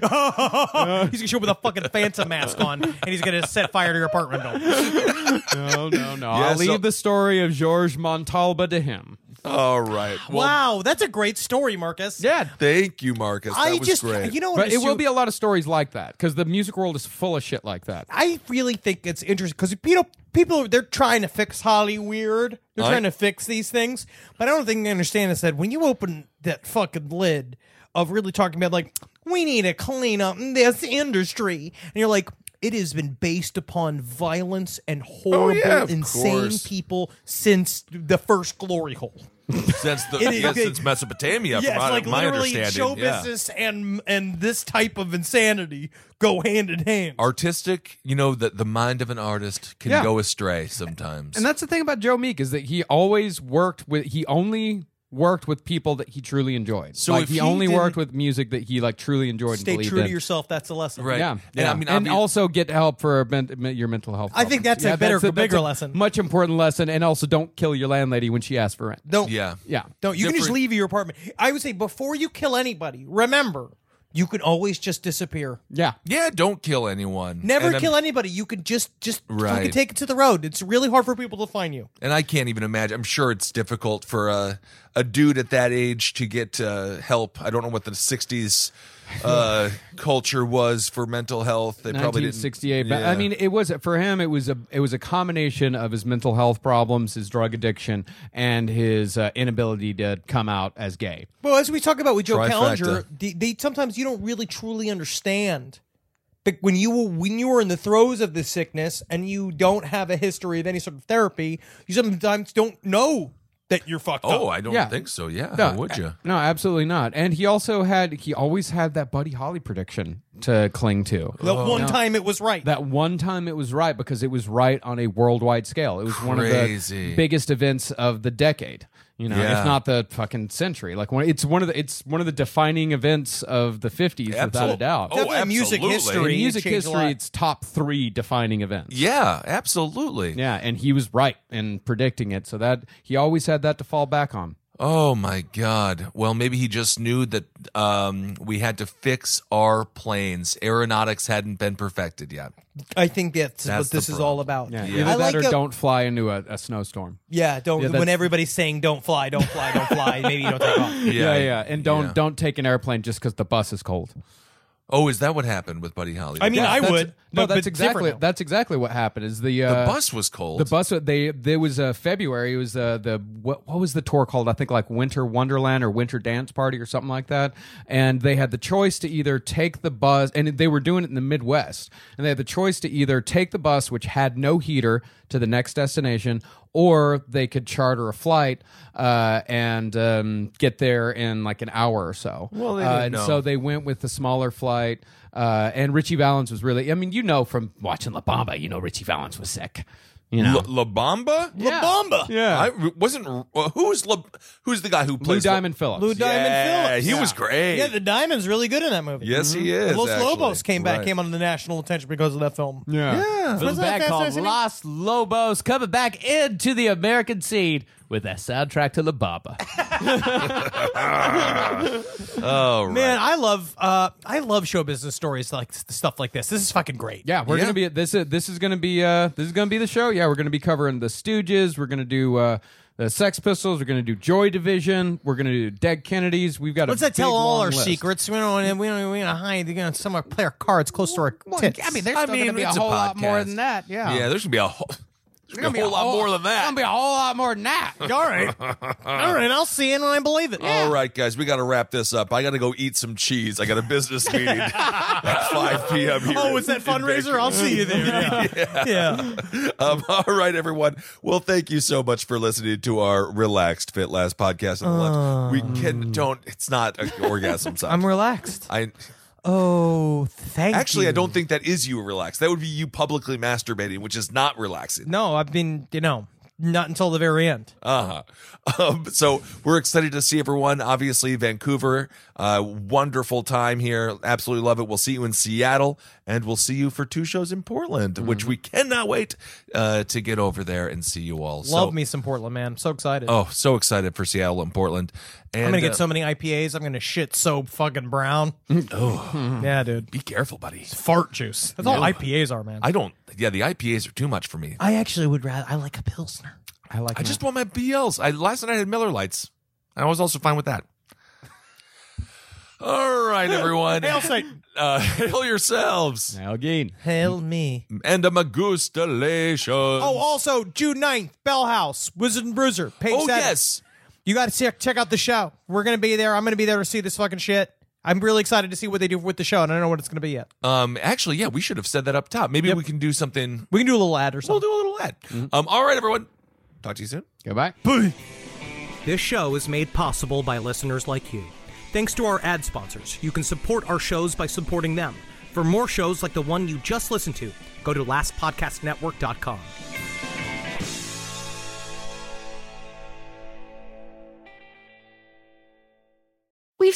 S3: going to show up with a fucking Phantom mask on, and he's going to set fire to your apartment building.
S2: no, no, no.
S1: Yeah,
S2: I'll
S1: so-
S2: leave the story of George Montalba to him.
S1: all right. Well,
S3: wow, that's a great story, Marcus.
S2: Yeah,
S1: thank you, Marcus. That
S3: I
S1: was
S3: just,
S1: great.
S3: you know, what
S2: but
S3: I'm
S2: it will
S3: assuming-
S2: be a lot of stories like that because the music world is full of shit like that.
S3: I really think it's interesting because you know people they're trying to fix Holly weird. They're
S1: I-
S3: trying to fix these things, but I don't think they understand is that when you open that fucking lid of really talking about like we need to clean up this industry, and you're like. It has been based upon violence and horrible,
S1: Oh, yeah, of
S3: insane
S1: course.
S3: people since the first glory hole.
S1: since the
S3: It is-
S1: yeah, since Mesopotamia,
S3: Yeah,
S1: from
S3: it's
S1: my,
S3: like
S1: my
S3: literally
S1: understanding.
S3: show
S1: yeah.
S3: business and and this type of insanity go hand in hand.
S1: Artistic, you know, the, the mind of an artist can
S2: Yeah.
S1: go astray sometimes.
S2: And that's the thing about Joe Meek is that he always worked with he only worked with people that he truly enjoyed. So
S1: So
S2: like
S1: if
S2: he,
S1: he
S2: only worked
S1: didn't-
S2: with music that he like truly enjoyed
S3: Stay
S2: and believed
S3: true to
S2: in.
S3: yourself. That's the lesson.
S1: Right.
S2: Yeah,
S1: And
S2: yeah.
S1: I mean, e-
S2: and
S1: obvi-
S2: also get help for men- men- your mental health.
S3: I think
S2: problems.
S3: that's a better-
S2: that's
S3: bigger
S2: that's a
S3: lesson.
S2: Much important lesson, and also don't kill your landlady when she asks for rent.
S3: Don't.
S1: yeah.
S2: Yeah,
S3: Don't. You can just
S1: Different-
S3: leave your apartment. I would say before you kill anybody, remember you can always just disappear.
S2: yeah.
S1: Yeah, don't kill anyone.
S3: Never
S1: and I'm-
S3: kill anybody. You can just just fucking
S1: Right.
S3: take it to the road. It's really hard for people to find you.
S1: And I can't even imagine. I'm sure it's difficult for a, a dude at that age to get uh, help. I don't know what the 60s uh, culture was for mental health. They probably didn't.
S2: 1968. But I
S1: Yeah.
S2: mean, it was for him. It was a it was a combination of his mental health problems, his drug addiction, and his uh, inability to come out as gay.
S3: Well, as we talk about with Joe
S1: Trifecta.
S3: Callinger, they, they sometimes you don't really truly understand. But when you were when you were in the throes of this sickness and you don't have a history of any sort of therapy, you sometimes don't know
S9: that you're fucked up.
S1: Oh, I don't
S2: Yeah.
S1: think so. Yeah,
S2: No,
S1: how Oh, would you?
S2: No, absolutely not. And he also had he always had that Buddy Holly prediction to cling to.
S3: The
S1: oh,
S3: one
S2: No.
S3: time it was right.
S2: That one time it was right because it was right on a worldwide scale. It was one of the
S1: Crazy.
S2: biggest events of the decade. You know,
S1: Yeah.
S2: if not the fucking century. Like one, it's one of the it's one of the defining events of the fifties, without a
S1: Absolute-
S2: doubt.
S1: Oh, Definitely music absolutely. history,
S2: In music
S1: it changed a lot.
S2: history, it's top three defining events.
S1: Yeah, absolutely.
S2: Yeah, and he was right in predicting it. So that he always had that to fall back on.
S1: Oh my God. Well, maybe he just knew that um, we had to fix our planes. Aeronautics hadn't been perfected yet.
S3: I think that's,
S1: That's
S3: what this
S1: the
S3: is all about.
S2: Yeah,
S3: I
S2: either
S3: like
S2: that or
S3: a-
S2: don't fly into a, a snowstorm.
S3: Yeah, don't.
S2: Yeah,
S3: when
S2: that's-
S3: everybody's saying "don't fly, don't fly, don't fly," maybe you don't take off.
S2: Yeah, yeah,
S1: I-
S2: and don't
S1: yeah.
S2: don't take an airplane just because the bus is cold.
S1: Oh, is that what happened with Buddy Holly?
S9: I mean,
S2: Yeah,
S9: I
S2: that's-
S9: would.
S2: No,
S9: but- but
S2: that's exactly
S9: different now.
S2: that's exactly what happened. Is the
S1: the
S2: uh,
S1: bus was cold.
S2: The bus they there was uh, February. It was uh, the what what was the tour called? I think like Winter Wonderland or Winter Dance Party or something like that. And they had the choice to either take the bus, and they were doing it in the Midwest, and they had the choice to either take the bus, which had no heater, to the next destination, or they could charter a flight uh, and um, get there in like an hour or so.
S1: Well, they
S2: Uh,
S1: didn't
S2: and
S1: know.
S2: so they went with the smaller flight. Uh, and Richie Valens was really, I mean, you know from watching La Bamba, you know Richie Valens was sick. You know,
S1: La, La Bamba?
S2: Yeah.
S3: Bomba.
S2: Yeah.
S1: I wasn't. Uh, who's La, Who's the guy who
S2: Blue
S1: plays
S2: Diamond Phillips.
S3: Blue Diamond
S1: Yeah,
S3: Phillips.
S1: he was great.
S3: Yeah, the Diamond's really good in that movie. Mm.
S1: Yes, he is.
S3: Los
S1: actually.
S3: Lobos came back,
S1: Right.
S3: came under the national attention because of that film.
S2: yeah.
S3: Wasn't that
S12: back called
S3: fascinating?
S12: Los Lobos coming back into the American scene with a soundtrack to La Bamba.
S1: Oh right.
S3: Man, I love uh, I love show business stories like s- stuff like this. This is fucking great.
S2: Yeah, we're
S1: Yeah.
S2: gonna be this. Is, this is gonna be uh, this is gonna be the show. Yeah, we're gonna be covering the Stooges. We're gonna do uh, the Sex Pistols. We're gonna do Joy Division. We're gonna do Dead Kennedys. We've got.
S3: Let's
S2: a
S3: not tell
S2: big,
S3: all
S2: long
S3: our
S2: list.
S3: secrets. We don't. We don't. We don't hide. We're gonna somewhere play our cards close to our tits.
S2: I mean, there's
S1: I
S2: still
S1: mean,
S2: gonna be a
S1: it's a
S2: whole lot
S1: podcast.
S2: more than that. Yeah,
S1: Yeah, there's gonna be a whole. There's gonna be a whole lot more than
S2: There's gonna be
S1: that.
S2: a whole lot more than that.
S3: all right, all right. I'll see it when I believe it.
S1: All right, guys, we got to wrap this up. I got to go eat some cheese. I got a business meeting at 5 p.m. Here
S3: Oh, it's
S1: in-
S3: that
S1: in
S3: fundraiser. I'll
S1: Vancouver.
S3: see you there. Yeah. Yeah.
S1: Um, all right, everyone. Well, thank you so much for listening to our relaxed Fit Last podcast on the left. We can don't. It's not an orgasm sound.
S3: Um. I'm relaxed.
S1: I
S3: Oh, thank.
S1: actually,
S3: you.
S1: I don't think that is you relaxed. That would be you publicly masturbating, which is not relaxing.
S3: No, I've been. You know, not until the very end.
S1: Uh huh. Um, so we're excited to see everyone. Obviously, Vancouver, uh, wonderful time here. Absolutely love it. We'll see you in Seattle, and we'll see you for two shows in Portland,
S3: Mm-hmm.
S1: which we cannot wait uh, to get over there and see you all.
S3: Love
S1: so,
S3: me some Portland, man. I'm so excited.
S1: Oh, so excited for Seattle and Portland. And
S3: I'm gonna
S1: uh,
S3: get so many IPAs. I'm gonna shit so fucking brown. oh, yeah, dude.
S1: Be careful, buddy.
S3: Fart juice. That's all IPAs are, man.
S1: I don't. Yeah, the IPAs are too much for me.
S3: I actually would rather. I like a pilsner.
S2: I like.
S1: I just want my BLs. I last night I had Miller Lights. I was also fine with that. All right, everyone. hail Satan. Uh, hail yourselves.
S2: Algene.
S3: Hail me.
S1: and a magustalation.
S3: Oh, also June 9th, Bell House, Wizard and Bruiser. Page
S1: oh
S3: seven.
S1: yes.
S3: You got to check, check out the show. We're going to be there. I'm going to be there to see this fucking shit. I'm really excited to see what they do with the show, and I don't know what it's going to be yet.
S1: Um, actually, yeah, we should have said that up top. Maybe we can do something.
S3: We can do a little ad or
S1: We'll
S3: something.
S1: do a little ad. Um, all right, everyone. Talk to you soon.
S2: Goodbye.
S13: This show is made possible by listeners like you. Thanks to our ad sponsors, you can support our shows by supporting them. For more shows like the one you just listened to, go to lastpodcastnetwork.com.
S10: We've